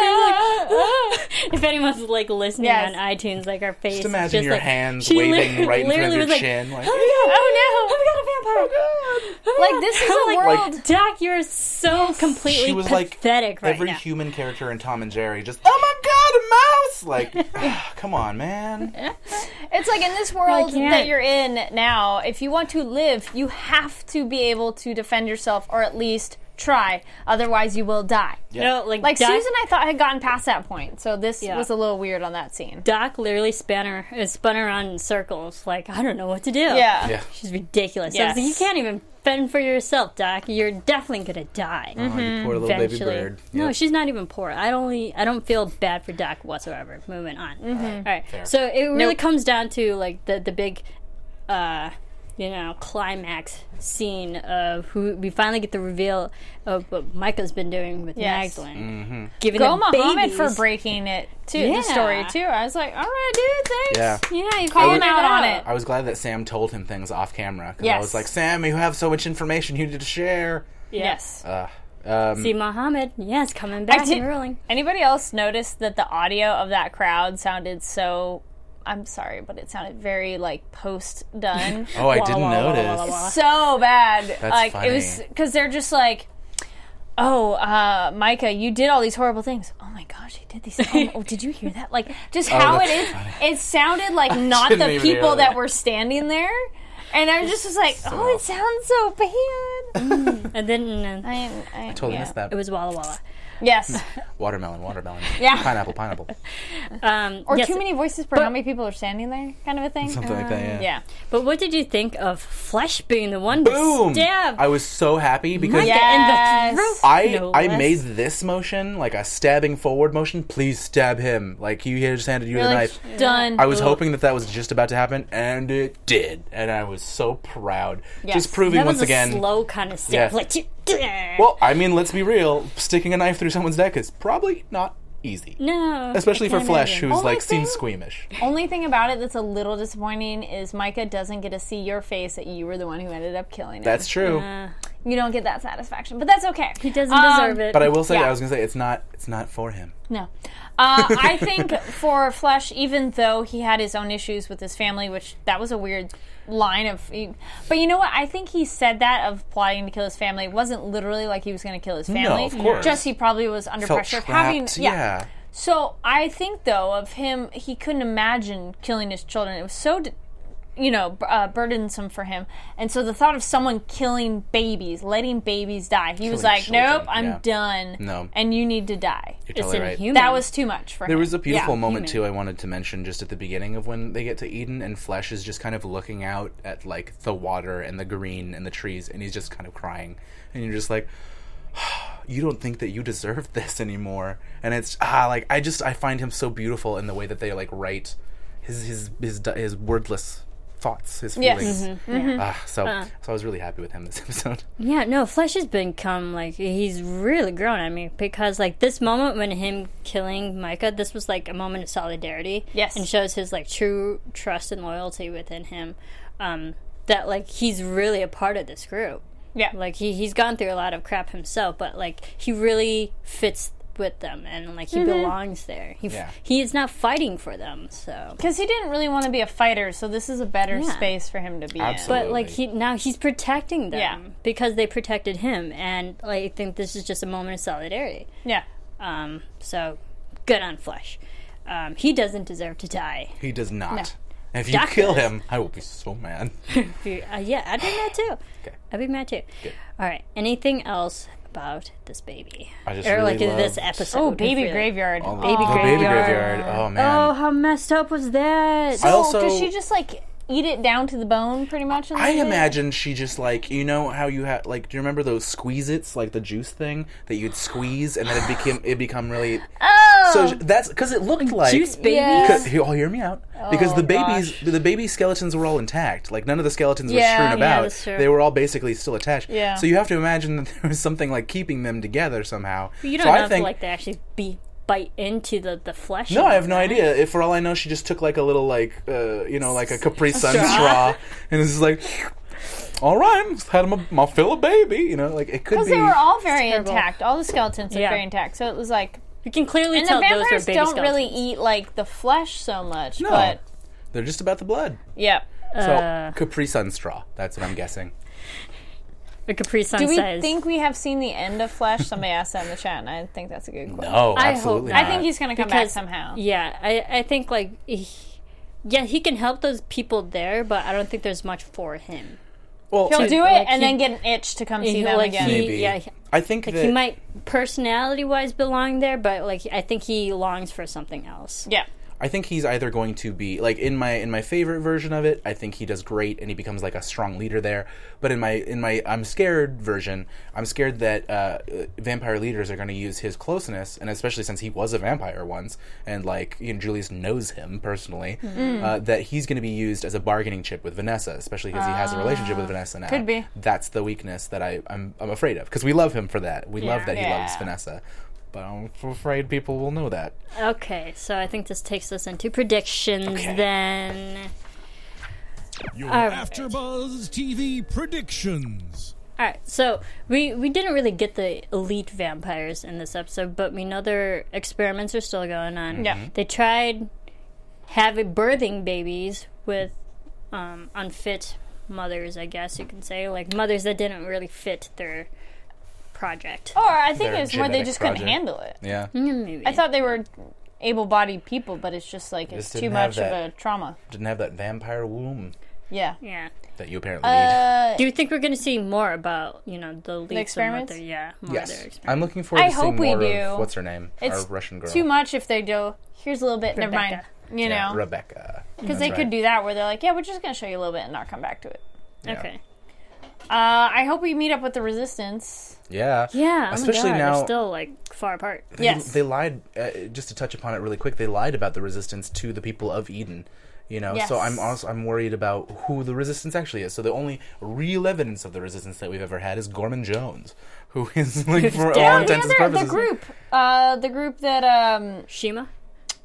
S1: if anyone's like listening
S3: ah, Yes.
S1: on iTunes, like our face.
S4: Just imagine your
S1: like,
S4: hands
S1: she
S4: waving
S1: lit-
S4: right in front of
S1: literally
S4: your
S1: was like, <laughs>
S4: chin. Like,
S3: Oh no! Oh, we got a vampire! Like this is a
S1: I'm like,
S3: world.
S1: Doc, you're so completely
S4: she was like
S1: pathetic right
S4: every
S1: now.
S4: human character in Tom and Jerry. Just oh my god, a
S1: <laughs>
S4: mouse! Like, come on, man.
S3: It's like in this world
S1: can't.
S3: that you're in now, if you want to live, you have to be able to defend yourself or at least try, otherwise you will die.
S1: You know, like,
S3: Like
S1: Doc,
S3: Susan, I thought had gotten past that point, so this
S1: Yeah.
S3: was a little weird on that scene.
S1: Doc literally spun her, uh, spun around in circles. Like I don't know what to do.
S3: Yeah.
S4: Yeah.
S1: she's ridiculous. I was like, you
S3: Yes.
S1: can't even fend for yourself, Doc. You're definitely gonna die.
S4: Oh, you poor little baby
S1: hmm, Eventually,
S4: bird.
S1: no,
S4: Yeah.
S1: she's not even poor. I only, I don't feel bad for Doc whatsoever. Moving on. All right, so it really
S3: Mm-hmm. Nope.
S1: comes down to like the the big, uh, you know, climax scene of who we finally get the reveal of what Micah's been doing with
S3: Yes.
S1: Magdalene,
S4: Mm-hmm.
S1: giving
S3: Go
S1: them
S3: Muhammad
S1: babies.
S3: for breaking it too.
S1: Yeah.
S3: The story too. I was like, all right, dude,
S4: Yeah.
S3: thanks.
S1: Yeah, you
S3: Call
S1: figured
S3: him out on it.
S4: I was glad that Sam told him things off camera. 'cause I
S3: Yes.
S4: was like, Sam, you have so much information you need to share.
S3: Yes.
S4: Uh, um,
S1: See Muhammad, yes, coming back
S3: did-
S1: and ruling.
S3: Anybody else notice that the audio of that crowd sounded so? I'm sorry, but it sounded very like post done.
S4: <laughs> oh, I
S1: Wah,
S4: didn't
S1: wah, wah, wah,
S4: notice.
S1: wah, wah.
S3: so bad. like it was
S4: funny.
S3: because they're just like, oh, uh, Micah, you did all these horrible things. Oh my gosh, he did these. Oh, oh, did you hear that? Like just how it
S4: Oh, that's
S3: is. It
S4: <laughs>
S3: sounded like not
S4: didn't
S3: the
S4: even hear
S3: people that.
S4: that.
S3: were standing there. And I just was like, oh, it sounds so bad.
S1: And then uh,
S3: I,
S4: <laughs>
S3: I,
S4: Totally
S3: yeah.
S4: missed that.
S1: it was Walla Walla.
S4: <laughs>
S3: Yes.
S1: <laughs>
S4: watermelon, watermelon.
S3: Yeah.
S4: Pineapple, pineapple.
S1: Um,
S3: Or
S1: yes,
S3: too many voices per how many people are standing there, kind of a thing.
S4: Something like that, yeah.
S3: Yeah.
S1: But what did you think of Flesh being the one to
S4: Boom!
S1: stab
S4: I was so happy because
S1: Micah in the
S3: Yes.
S1: throat?
S4: I
S1: no
S4: I
S1: less.
S4: made this motion like a stabbing forward motion. Please stab him. Like he just handed you the
S3: Really
S4: knife.
S3: done.
S1: Oh.
S4: I was hoping that that was just about to happen, and it did. And I was so proud.
S3: Yes,
S4: Just proving
S1: that was
S4: once
S1: a
S4: again.
S1: slow kind of
S4: Yeah.
S1: stab. Like you.
S4: well, I mean, let's be real. Sticking a knife through someone's neck is probably not easy.
S1: no,
S4: Especially
S1: I
S4: for
S1: can't
S4: Flesh,
S1: imagine. Oh
S4: who's
S3: Only
S4: like seems
S3: thing-
S4: squeamish.
S3: Only thing about it that's a little disappointing is Micah doesn't get to see your face that you were the one who ended up killing him.
S4: That's
S1: <laughs>
S4: true.
S3: you don't get that satisfaction, but that's okay.
S1: he doesn't
S3: Um,
S1: deserve it.
S4: but I will say,
S3: yeah.
S4: I was gonna say, it's not it's not for him.
S3: No. Uh, I think for Flesh, even though he had his own issues with his family, which that was a weird line of. he- But you know what? I think he said that of plotting to kill his family It wasn't literally like he was going to kill his family.
S4: of course.
S3: Just he probably was under
S4: Felt
S3: pressure of
S4: trapped.
S3: having.
S4: yeah.
S3: So I think though of him, he couldn't imagine killing his children. It was so, d- you know, b- uh, burdensome for him. And so the thought of someone killing babies, letting babies die, he was
S4: Killing
S3: like,
S4: children,
S3: "Nope, I'm
S4: yeah.
S3: done.
S4: No.
S3: and you need to die."
S4: You're
S1: it's
S4: totally right.
S1: inhuman.
S3: That was too much for
S4: There
S3: him.
S4: was a beautiful
S3: Yeah.
S4: moment too I wanted to mention just at the beginning of when they get to Eden and Flesh is just kind of looking out at like the water and the green and the trees and he's just kind of crying and you're just like <sighs> you don't think that you deserve <laughs> this anymore and it's ah like I just I find him so beautiful in the way that they like write his his his di- his wordless thoughts his
S3: Yes.
S4: feelings
S1: Mm-hmm.
S4: Ah, so
S1: Uh.
S4: so I was really happy with him this <laughs> episode
S1: Yeah, no, Flesh has become like he's really grown on me because like this moment when him killing Micah, this was like a moment of solidarity.
S3: Yes.
S1: And shows his like true trust and loyalty within him. Um that like he's really a part of this group.
S3: yeah,
S1: Like he he's gone through a lot of crap himself, but like he really fits with them and like he belongs there. He f-
S4: Yeah.
S1: he is not fighting for them, so
S3: because he didn't really want to be a fighter. So this is a better
S1: Yeah.
S3: space for him to be
S4: Absolutely.
S1: But like he now he's protecting them
S3: Yeah.
S1: because they protected him, and like, I think this is just a moment of solidarity.
S3: in. Yeah.
S1: Um, so good on Flesh. Um, he doesn't deserve to
S4: <laughs>
S1: die. <laughs>
S4: he does not And if you
S1: Jack
S4: kill
S1: does.
S4: him I will be so
S1: <laughs>
S4: mad
S1: If you- uh, yeah, I'd be mad too.
S4: Okay.
S1: I'd be mad too. All right. Anything else about this baby?
S4: I just
S1: or like
S4: really
S1: this
S4: loved-
S1: episode?
S3: Oh,
S1: if
S3: baby
S1: really-
S3: graveyard.
S1: Baby
S4: The
S1: graveyard.
S4: baby graveyard oh man
S1: Oh, how messed up was that?
S4: I
S3: Oh,
S4: also-
S3: does she just like eat it down to the bone, pretty much? and
S4: I
S3: leave it?
S4: imagine she just like you know how you had like do you remember those squeeze its like the juice thing that you'd squeeze and then it became it become really
S3: Oh,
S4: so sh- that's because it looked like
S1: Juice baby.
S3: Yeah.
S4: Cause, he- oh, hear me out. Because
S1: Oh,
S4: the babies,
S3: gosh.
S4: the baby skeletons were all intact. Like none of the skeletons
S3: Yeah.
S4: were
S3: Yeah,
S4: strewn about.
S1: that's true.
S4: They were all basically still attached.
S3: Yeah.
S4: So you have to imagine that <laughs> there was something like keeping them together somehow.
S1: You <laughs> don't
S4: so
S1: know
S4: I
S1: if
S4: think,
S1: like they actually be bite into the the flesh.
S4: no,
S1: and
S4: I
S1: all
S4: have no
S1: that.
S4: idea. If for all I know, she just took like a little like uh, you know like a Capri Sun
S1: straw.
S4: straw, and it's just like, all right, just had my, my fill a baby. You know, like it could
S3: Because
S4: be.
S3: they were all very
S1: terrible.
S3: intact. All the skeletons are
S1: Yeah.
S3: very intact. So it was like,
S1: You can clearly
S3: and the
S1: tell those are
S3: vampires
S1: baby
S3: don't
S1: skeletons.
S3: really eat like the flesh so much.
S4: no,
S3: But
S4: they're just about the blood.
S3: yeah.
S4: So Capri Sun straw. That's what I'm guessing.
S1: The Capri Sun
S3: Do we
S1: says.
S3: think we have seen the end of Flesh? Somebody asked that in the chat, and I think that's a good question.
S4: Oh,
S1: I hope
S4: absolutely.
S1: not.
S3: I think he's going to come back
S1: Because-
S3: somehow.
S1: Yeah, I, I think like, he, yeah, he can help those people there, but I don't think there's much for him.
S4: Well,
S3: He'll
S1: So,
S3: do it
S1: like,
S3: and
S1: he-
S3: then get an itch to come see
S1: he-
S3: them
S1: like,
S3: again.
S1: he-
S4: maybe.
S1: yeah,
S4: I think
S1: Like
S4: that
S1: he might personality wise belong there, but like I think he longs for something else.
S3: yeah.
S4: I think he's either going to be like in my in my favorite version of it. I think he does great and he becomes like a strong leader there. But in my in my I'm scared version, I'm scared that uh, uh, vampire leaders are going to use his closeness, and especially since he was a vampire once, and like you know, Julius knows him personally,
S3: Mm-hmm.
S4: uh, that he's going to be used as a bargaining chip with Vanessa, especially because he has a relationship with Vanessa now.
S3: Ah, could be.
S4: That's the weakness that I I'm, I'm afraid of because we love him for that. We love
S3: Yeah.
S4: that he
S3: Yeah.
S4: loves Vanessa, but I'm afraid people will know that.
S1: Okay, so I think this takes us into predictions
S4: Okay.
S1: then.
S2: Your
S1: All right.
S2: AfterBuzz TV predictions.
S1: All right, so we we didn't really get the elite vampires in this episode, but we know their experiments are still going
S4: Mm.
S1: on.
S3: Yeah.
S4: Mm-hmm.
S3: Mhm.
S1: they tried having birthing babies with um, unfit mothers, I guess you can say, like mothers that didn't really fit their project.
S3: Or I think
S4: Their
S3: it was more they
S4: genetic
S3: just couldn't
S4: project.
S3: handle it.
S4: Yeah.
S1: Maybe.
S3: I thought they were able-bodied people, but it's just like it's
S4: Just
S3: too
S4: didn't have
S3: much of
S4: that.
S3: a trauma.
S4: didn't have that vampire womb
S3: Yeah.
S1: yeah.
S4: that you apparently need.
S3: Uh,
S1: Do you think we're going to see more about you know the leads
S3: experiments?
S1: And what they're- yeah, more of their
S4: Yes,
S1: experiments.
S4: I'm looking forward
S3: I
S4: to seeing
S3: hope we
S4: more
S3: do.
S4: of what's her name,
S3: It's
S4: our Russian girl.
S3: too much if they do. Here's a little bit. Never mind.
S1: Rebecca.
S3: You
S4: Yeah,
S3: know,
S4: Rebecca.
S3: because they could do that where they're like, yeah, we're just gonna show you a little bit and not come back to it.
S1: Okay.
S3: Uh, I hope we meet up with the resistance.
S4: Yeah.
S1: Yeah.
S4: Especially
S1: oh my God,
S4: now.
S1: they're still like far apart.
S4: they,
S3: Yes.
S4: They lied. Uh, just to touch upon it really quick, they lied about the resistance to the people of Eden. You know, so I'm
S3: Yes.
S4: also I'm worried about who the resistance actually is. So the only real evidence of the resistance that we've ever had is Gorman Jones, who is like for all
S3: Yeah,
S4: intents and
S3: the other,
S4: purposes
S3: the group, uh, the group that um,
S1: Shima.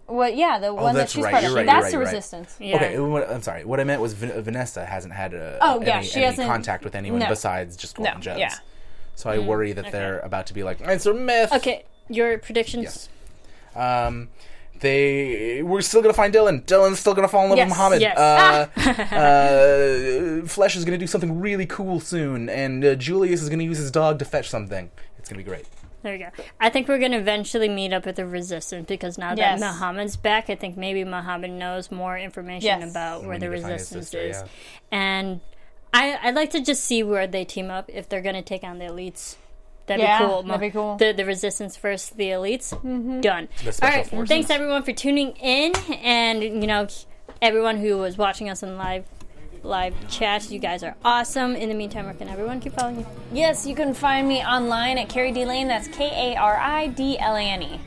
S3: what? Yeah, the one that
S4: Oh, that's
S3: she's
S4: right,
S3: part of.
S4: you're right, you're
S3: that's the
S4: right, you're right.
S3: resistance.
S1: Yeah.
S4: Okay, what, I'm sorry. What I meant was Van- Vanessa hasn't had a,
S3: Oh,
S4: any,
S3: yeah, she
S4: any
S3: hasn't-
S4: contact with anyone
S3: no.
S4: besides just Gordon Jones.
S3: yeah. Mm,
S4: So I worry that they're about to be like, it's a myth.
S1: Okay, your predictions.
S4: Yes. Um, they we're still gonna find Dylan. Dylan's still gonna fall in love
S3: Yes,
S4: with Muhammad.
S1: yes.
S3: <laughs>
S4: Uh, uh, Flesh is gonna do something really cool soon, and uh, Julius is gonna use his dog to fetch something. It's gonna be great.
S1: There you go. I think we're going to eventually meet up with the resistance because now
S3: Yes.
S1: that Muhammad's back, I think maybe Muhammad knows more information
S3: Yes.
S1: about where
S4: We
S1: the
S4: need to find his
S1: resistance
S4: sister,
S1: is.
S4: yeah.
S1: And I, I'd like to just see where they team up if they're going to take on the elites. That'd
S3: Yeah,
S1: be cool.
S3: that'd be cool. Mm-hmm.
S1: The, the resistance first, the elites. Done.
S4: The
S1: All
S4: special
S1: right.
S4: forces.
S1: Thanks everyone for tuning in, and you know, everyone who was watching us in live live chat. You guys are awesome. In the meantime, where can everyone keep following you?
S3: Yes, you can find me online at Carrie D Lane. That's K A R I D L A N E.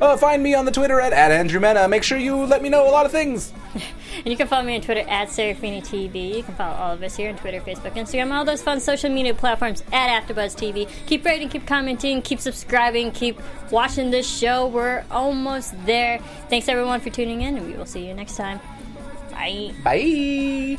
S4: Uh, find me on the Twitter at, at Andrew Mena. Make sure you let me know a lot of things.
S1: And you can follow me on Twitter at SerafiniTV. You can follow all of us here on Twitter, Facebook, Instagram, all those fun social media platforms at AfterBuzzTV. Keep rating, keep commenting, keep subscribing, keep watching this show. We're almost there. Thanks everyone for tuning in, and we will see you next time. Bye.
S4: Bye.